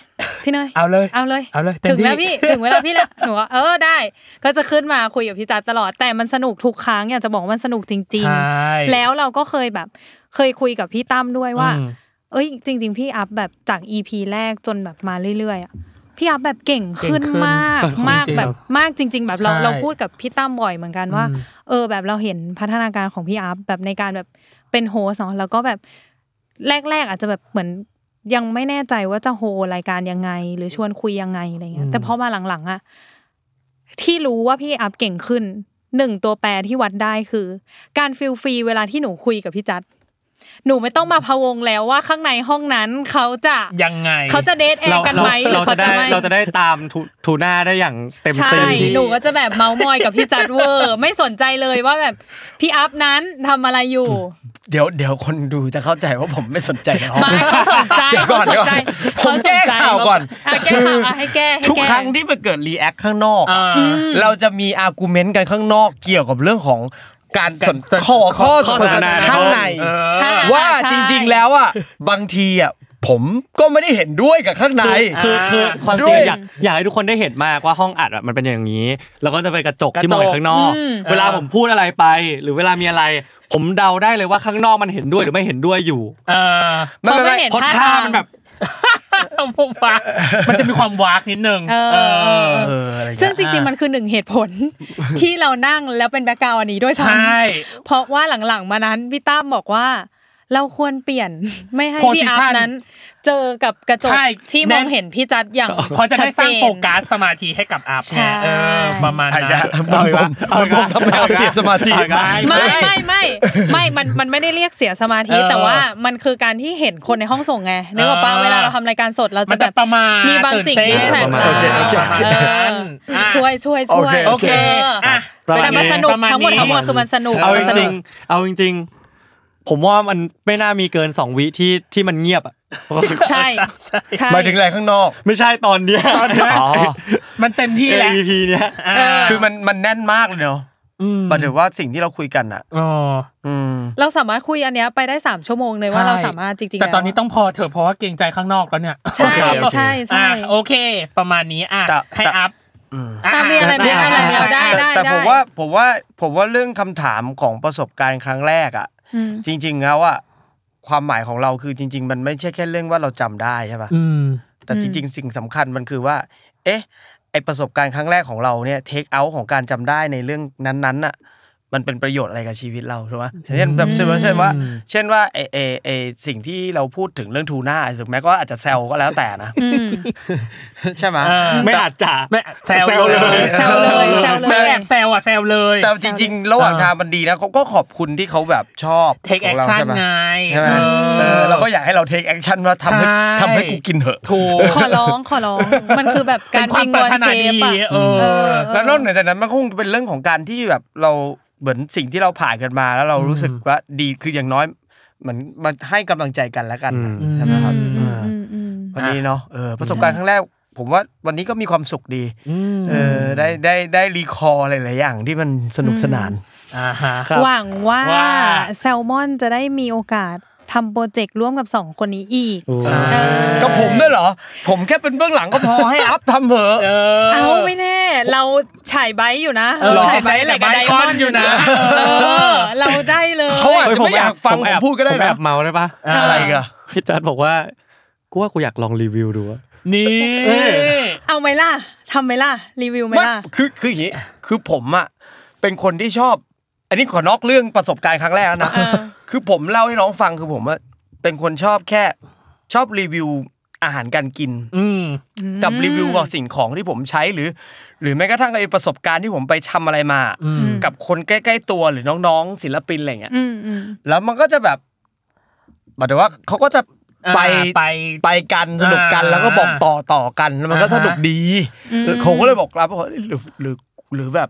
S4: พี่เนย
S3: เอาเลย
S4: เอาเลย
S3: เอาเลยเต็ม
S4: ถึงแล้ว
S3: ที่
S4: พี่ถึงเวลาพี่แล้วหนูว่าเออได้ ก็จะขึ้นมาคุยกับพี่จัดตลอดแต่มันสนุกทุกครั้งอยากจะบอกว่ามันสนุกจริง
S3: ใช่
S4: ๆ แล้วเราก็เคยแบบเคยคุยกับพี่ตั้มด้วยว่า
S3: อืม
S4: เอ้ยจริง ๆ พี่อัพแบบจาก EP แรกจนแบบมาเรื่อยๆอะพี่อัพแบบเก่งขึ้น
S3: เก่งขึ้น
S4: มาก
S3: ของ
S4: มาก
S3: จริง
S4: แบบมากจริง ๆ แบบเรา
S3: ใช่
S4: เราพูดกับพี่ตั้มบ่อยเหมือนกันว่า
S3: อืม
S4: เออแบบเราเห็นพัฒนาการของพี่อัพแบบในการแบบเป็นโฮสต์เนาะแล้วก็แบบแรก ๆ อาจจะแบบเหมือนยังไม่แน่ใจว่าจะโฮรายการยังไง หรือชวนคุยยังไงอะไรเงี้ยแต่พอมาหลังๆอะที่รู้ว่าพี่อัพเก่งขึ้นหนึ่งตัวแปรที่วัดได้คือ การฟิลฟรีเวลาที่หนูคุยกับพี่จัด หนูไม่ต้องมาพะวงแล้วว่าข้างในห้องนั้นเขาจะ
S3: ยังไง
S4: เขาจะเดทแอ
S2: เรา
S4: ร์กัน
S2: เรา
S4: ไหมหรือ
S2: เรา
S4: เขา
S2: จะ
S4: จะ
S2: ได้
S4: ไม่
S2: เราจะได้ตามทูทูน่าได้อย่างเต็ม
S4: ใช่
S2: เต็มที่
S4: หนูก็จะแบบเมามอยกับพี่จัดเวอร์ ไม่สนใจเลยว่าแบบพี่อัพนั้นทำอะไรอยู่
S5: เดี๋ยวเดี๋ยวคนดูจะเข้าใจว่าผมไม่สนใจในห้อง
S4: ไม่เขาสนใจ
S5: เดี๋ยวก่
S4: เขา
S5: อน
S4: สนใจ
S5: เดี๋ยวก่อนผมแก้ข่าวก่อน
S4: ะแก้ข่าวอ่ะให้แก้ให้แ
S5: ทุกครั้งที่ไปเกิดรีแอคข้างนอก
S3: อ่า
S5: เราจะมีอาร์กุเมนต์กันข้างนอกเกี่ยวกับเรื่องของการสน
S3: การสน
S5: ข้อ
S3: ข้อ
S5: ข้อ
S2: ข้อ
S5: ส
S2: ส
S5: น
S2: นท
S5: ทนา
S2: นา
S5: ข้างใน
S3: เออ
S4: อ่ะ
S5: ว่า
S4: ใช่
S5: จริง ๆ แล้วอ่ะบางทีอ่ะผมก็ไม่ได้เห็นด้วยกับข้างใน
S2: คือ
S3: อ่า
S2: คือความจริง
S5: ด้วย
S2: อยากอยากให้ทุกคนได้เห็นมากว่าห้องอัดอะมันเป็นอย่างนี้ แล้วก็จะไปกระจกที่มองเห็นข้างนอก เวลา
S3: เออ
S2: ผมพูดอะไรไป หรือเวลามีอะไร ผมเดาได้เลยว่าข้างนอกมันเห็นด้วยหรือไม่เห็นด้วยอยู่
S3: เออ
S4: เพราะไม่เห็น
S2: เพราะท่ามันแบบ
S3: เอาพวกว่ามันจะมีความวากนิดนึง
S4: เออเออเออ
S5: เอออะไรอย่าง
S4: ซึ่ง
S5: เงี้ย
S4: จริงๆ มันคือหนึ่งเหตุผล ที่เรานั่งแล้วเป็นแบ็กกราวอันนี้ด้วย
S3: ใช
S4: ซ้ำ
S3: ่
S4: เพราะว่าหลังๆมานั้นพี่ตั้มบอกว่า เราควรเปลี่ยน ไม่ให้พี่อัพ
S3: Position
S4: นั้น เจอกับกระจก
S3: ใช่
S4: ที่มองเห็นพี่จัดอย่าง
S3: เพราะจะได้สร้าง
S4: ชัเจน
S3: โฟกัสสมาธิให้กับอัพ
S4: ใช่
S3: ไงเออประมาณ
S5: อ่ะ
S3: นั้
S5: อย่าน บอมบอมบอมบอมทำไมเอาเสียสมาธิ
S2: เอาอีกแล้ว
S4: ไม่ไม่ไม่ไม่ มันมันไม่ได้เรียกเสียสมาธิ
S3: เออ
S4: แต่ว่ามันคือการที่เห็นคนในห้องส่งไงนึกออกปะ
S3: เออ
S4: เวลาเราทำรายการสดเรา
S3: มั
S4: จะ
S3: น
S4: แบ
S3: จะ
S4: บ
S3: ประมาณ
S4: มีบางสิ่ง
S3: ตื่น
S4: ที่
S3: เต้น
S4: แฉก
S5: โอเคโอเค
S3: ประมาณ
S4: เออ
S3: นั้นอ่ะ
S4: ช่วยช่วยช่วย
S3: โอเค
S4: ออ
S3: อ่ะ
S2: ประมาณ
S4: แต่มัน
S2: นี้
S4: สนุก
S3: ประมาณ
S4: ทั้งหมด
S3: นี้
S4: ทั้งมวลคือมันสนุก
S2: เอา
S4: มั
S2: จ
S4: นสนุ
S2: ริ
S4: ก
S2: งๆเอาจริงๆ ผมว่ามันไม่น่ามีเกินสองวิที่ที่มันเงียบอ่ะ
S4: ใช่ใช่
S5: หมายถึงอะไรข้างนอก
S2: ไม่ใช่ตอนเนี้ยตอนเนี้ย
S5: อ๋อ
S3: มันเต็มที่แล้ว
S2: AEP เนี้ย
S4: เออ
S5: คือมันมันแน่นมากเลยเนาะหมายถึงว่าสิ่งที่เราคุยกันอ่ะ
S3: อ๋อ
S5: อืม
S4: เราสามารถคุยอันเนี้ยไปได้สามชั่วโมงเลยว่าเราสามารถจริงๆ
S3: แต่ตอน
S4: ล้วะ
S3: นี้ต้องพอเถอะเพราะว่าเกรงใจข้างนอกแล้วเนี่ย
S4: ใช่
S5: โอเคโอเค
S4: ใช่ใช่
S3: อ่ะโอเค ประมาณนี้อ่ะ
S5: แต่
S3: ให้
S5: แต่
S3: อัพ
S4: อ่ะมีอะไรมีอะไรมีอะไรได้
S5: แต่แต่ผมว่าผมว่าผมว่าเรื่องคำถามของประสบการณ์ครั้งแรกอ่ะ
S4: อืม
S5: จริงๆแล้วอ่ะความหมายของเราคือจริง ๆ มันไม่ใช่แค่เรื่องว่าเราจำได้ใช่ป่ะ
S3: อืม
S5: แต่จริงๆ สิ่งสำคัญมันคือว่า เอ๊ะ ไอประสบการณ์ครั้งแรกของเราเนี่ยเทคเอาท์ของการจำได้ในเรื่องนั้นๆน่ะ มันเป็นประโยชน์อะไรกับชีวิตเราใช่ไหมเช่นแบบเช่นว่าเช่นว่า เช่นว่าไอไอไอสิ่งที่เราพูดถึงเรื่องทูน่าถึงแม้ก็อาจจะแซวก็แล้วแต่นะ
S4: อืม
S5: ใช่ไหม
S3: เออ
S2: ไม่อาจจะ
S3: ไม่แซว
S2: แซวเลย
S4: แซวเลยแซวเลย
S3: ไม่แบบแซวอ่ะแซวเลย
S5: แต่จริงๆ ระหว่างทางมันดีนะเขาก็ขอบคุณที่เขาแบบชอบ
S3: เทค
S5: ข
S3: แอ
S5: อง
S3: ค
S5: เรา
S3: ชั่น
S5: ใช่ไหม
S3: ไง
S5: ใช่ไหมเออเราก็อยากให้เราเทคแอคชั่นว่าทำให้
S3: ใช่
S5: ทำให้กูกินเถอะ
S3: ถูก
S4: ขอร้องขอร้องมันคือแบบ
S3: เป็
S4: การ
S3: นควา
S4: วิ
S3: ม
S4: ง
S3: ปราว ร
S4: อ
S3: ถ
S4: นเช
S3: นา
S4: ฟ
S3: ดี
S4: อะ
S3: เอ
S4: เอ
S3: อ
S4: อ
S5: แล้วนอกเหนือจากนั้นมันคงเป็นเรื่องของการที่แบบเราเหมือนสิ่งที่เราผ่านกันมาแล้วเรารู้สึกว่าดีคืออย่างน้อยเหมือนมันให้กำลังใจกันและกันนะ
S3: อืม
S5: ใช่ไหมครับ
S4: อืม
S5: อ่า
S4: อืมอืม
S5: วันนี้เนาะเออประสบการณ์ครั้งแรก ผมว่าวันนี้ก็มีความสุขดี
S3: อืม
S5: เออได้ได้ได้รีคอร์หลายๆอย่างที่มันสนุกสนาน
S3: อ่าฮะ
S4: หวังว่า
S3: ว่า
S4: แซลมอนจะได้มีโอกาสทำโปรเจกต์ร่วมกับสองคนนี้อีก เออ
S5: ก็ผมด้วยเหรอ ผมแค่เป็นเบื้องหลังก็พอให้อัพทำเถอะ
S3: เออ
S4: เอาไม่แน่ เราฉายไบท์อยู่นะ
S3: เออ
S4: ฉายไบท์
S3: ฉายไบท์
S4: อะไรกับไดมอน
S3: กับไดมอนด์
S4: ด์
S3: อยู่นะ
S4: เอ
S3: เออ
S4: อ เราได้เลย
S5: เขาอาจ
S2: เฮ้ย
S5: จะไม่อยากฟังผมพูดก็ได้
S2: ผมแอ
S5: นะ
S2: บเมาได้ปะ
S5: อะไรอีกัน
S2: พี่จัดบอกว่ากูว่ากูอยากลองรีวิวดูอะ
S3: นี่
S2: เออ
S4: เอาไหมล่ะทำไหมล่ะ รีวิวไหม
S5: ไม่
S4: ล่ะ
S5: คือคืออย่างนี้คือผมอ่ะเป็นคนที่ชอบ อันนี้ขอนอกเรื่องประสบการณ์ครั้งแรกแล้วนะ
S4: เออ
S5: คือผมเล่าให้น้องฟังคือผมว่าเป็นคนชอบแค่ชอบรีวิวอาหารการกิน
S3: อืม
S5: กับรีวิวกับสิ่งของที่ผมใช้หรือ หรือแม้กระทั่งไอประสบการณ์ที่ผมไปทำอะไรมา กับคนใกล้ๆตัวหรือน้องๆ ศิลปินอะไรเงี้ย
S4: อืมอืม
S5: แล้วมันก็จะแบบหมายถึงว่าเขาก็จะไป
S3: อ่าไป
S5: ไปกันสนุกกัน
S3: อ่า
S5: แล้วก็บอกต่อต่อกันแล้วมันก็
S3: อ่าฮะ
S5: สนุกดีผมก็เลยบอกรับว่าหรือหรือหรือแบบ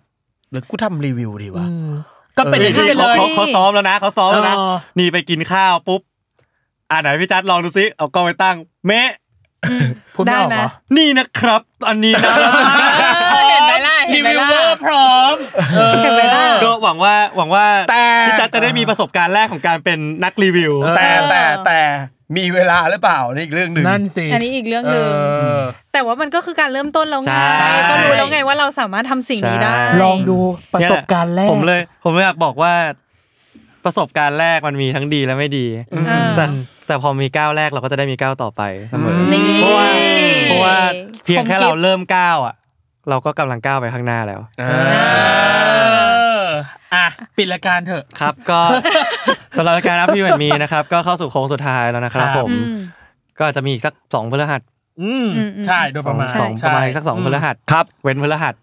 S5: หรือกูทำรีวิวดีวะ
S3: อืมก็เป็นอย่างนี้ไปเล
S2: เขา
S3: ย
S2: เขาเขาซ้อมแล้วนะเขาซ้อมแล้วนะ
S3: เออ
S2: นี่ไปกินข้าวปุ๊บอ่าไหนพี่จัดลองดูซิเอากล้องไปตั้งเมะ
S4: อืม
S3: พูดไม่
S4: ได้
S3: ออก
S4: ไหม
S3: เหรอ
S2: นี่นะครับ อันนี้
S3: *laughs*
S2: นะ
S4: เออเห็นไหมล่ะเห็
S3: รี
S4: นไหม
S3: วิว
S4: ล่ะ
S3: เวอร์พร้อมเออ
S4: เห็นไหมล่ะ
S2: ก็หวังว่าหวังว่า
S5: แต่
S2: พี่จัดจะได้มีประสบการณ์แรกของการเป็นนักรีวิว
S5: แต่
S4: เออ
S5: แต่แต่มีเวลาหรือเปล่านี่อีกเรื่องหนึ่ง
S3: นั่นสิ
S4: อันนี้อีกเรื่องหนึ่ง
S3: เออ
S4: แต่ว่ามันก็คือการเริ่มต้นแล้วไง
S2: ใช่
S4: ก็รู้แล้วไงว่าเราสามารถทำสิ่งนี้ได้
S2: ใช่
S3: ลองดูประสบการณ์แรก
S2: ผมเลย ผมอยากบอกว่า ประสบการณ์แรกมันมีทั้งดีและไม่ดี
S4: เออ
S2: แต่แต่พอมีก้าวแรกเราก็จะได้มีก้าวต่อไปเสมอ
S4: นี่
S2: เพราะว่าเพราะว่าเพียงแค่เราเริ่มก้าวอ่ะ เราก็กำลังก้าวไปข้างหน้าแล้ว
S3: เออ อ่ะ ปิดรายการเถอะ
S2: ครับก็ สำหรับรายการอัพพี่เหมือนมีนะครับ ก็เข้าสู่โค้งสุดท้ายแล้วนะครับ
S3: ครับ
S2: ผม ก็อาจจะมีอีกสักสองพฤหัส
S3: อืม
S4: อืม
S3: ใช่โดยประมาณ
S2: สองป
S3: ใช่
S2: ระมาณอีกสักสองพฤหัส
S5: ครับ
S2: เว้นพฤหัส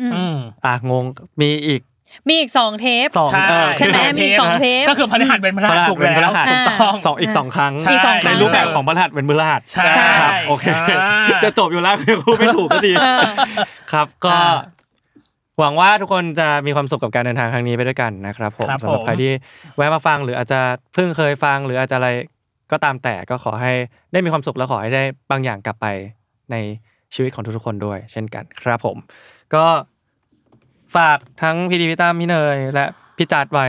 S3: อืม
S2: อ่ะงงมีอีก
S4: มีอีกสองเทป
S2: สอง
S3: ใช่
S2: เออ
S4: ใช่ไหมมีสองเทป
S3: ก็คือพฤหัสเป็นพฤ
S2: พฤ
S3: หัส
S2: หัส
S3: ถูก
S2: เว้นพ
S3: แล้ว
S2: ฤหัส
S4: ถูกต้อง
S2: สองอีกสองครั้ง
S3: มีสองครั้
S2: ใน
S3: ง
S2: รูปแบบของพฤหัสเว้นพฤหัส
S3: ใช่
S2: ครับโอเค
S3: อ่า
S2: จะจบอยู่แล้ว *laughs* คือพูดไม่ถูกก็ดี
S4: เออ
S2: ครับก็ หวังว่าทุกคนจะมีความสุขกับการเดินทางครั้งนี้ไปด้วยกันนะครับผม
S3: ครับ
S2: สำหรับ
S3: ผม
S2: ใครที่แวะมาฟังหรืออาจจะเพิ่งเคยฟังหรืออาจจะอะไรก็ตามแต่ก็ขอให้ได้มีความสุขและขอให้ได้บางอย่างกลับไปในชีวิตของทุกๆคนด้วย เช่นกันครับผม ก็ฝากทั้งพี่ดีพี่ตั้มพี่เนย และพี่จัดไว้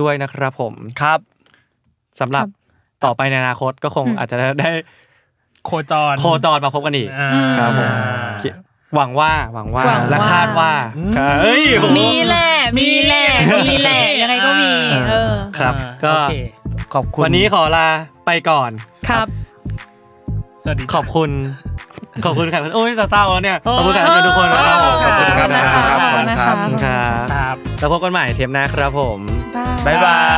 S2: ด้วยนะครับผม
S5: ครับ
S2: สำหรับต่อไปในอนาคตก็คงอาจจะได้
S3: โคจร
S2: โคจรมาพบกันอีก
S3: อ่า
S2: ครับผม หวังว่าหวังว่า
S4: หวังว่า
S2: และคาดว่าเฮ้ยโห
S4: มีแหละมีแหละมีแหละยังไงก็มี เออ
S2: ครับ
S3: อ่า
S2: ก็
S3: โอเค
S5: ขอบคุณ
S2: วันนี้ขอลาไปก่อน
S4: ครับ
S3: สวัสดี
S2: ขอบคุณ
S5: *laughs*
S2: ขอบคุณแขกรับเชิญโอ้ยเศร้าๆแล้วเนี่ย ขอบคุณแขกรับเชิญทุกคนนะครับผมขอบคุณ
S5: ค
S2: ค
S5: รั
S2: รั
S5: บบ ขอบคุณครับ
S4: ขอบคุณนะ
S5: ค
S4: คะ
S2: ข
S5: รับ
S2: อบคุณครั
S3: ค
S2: บ
S3: รับ
S2: แล้วพบกันใหม่เทปหน้าครับผม
S4: บ๊ายบาย
S5: บ๊ายบาย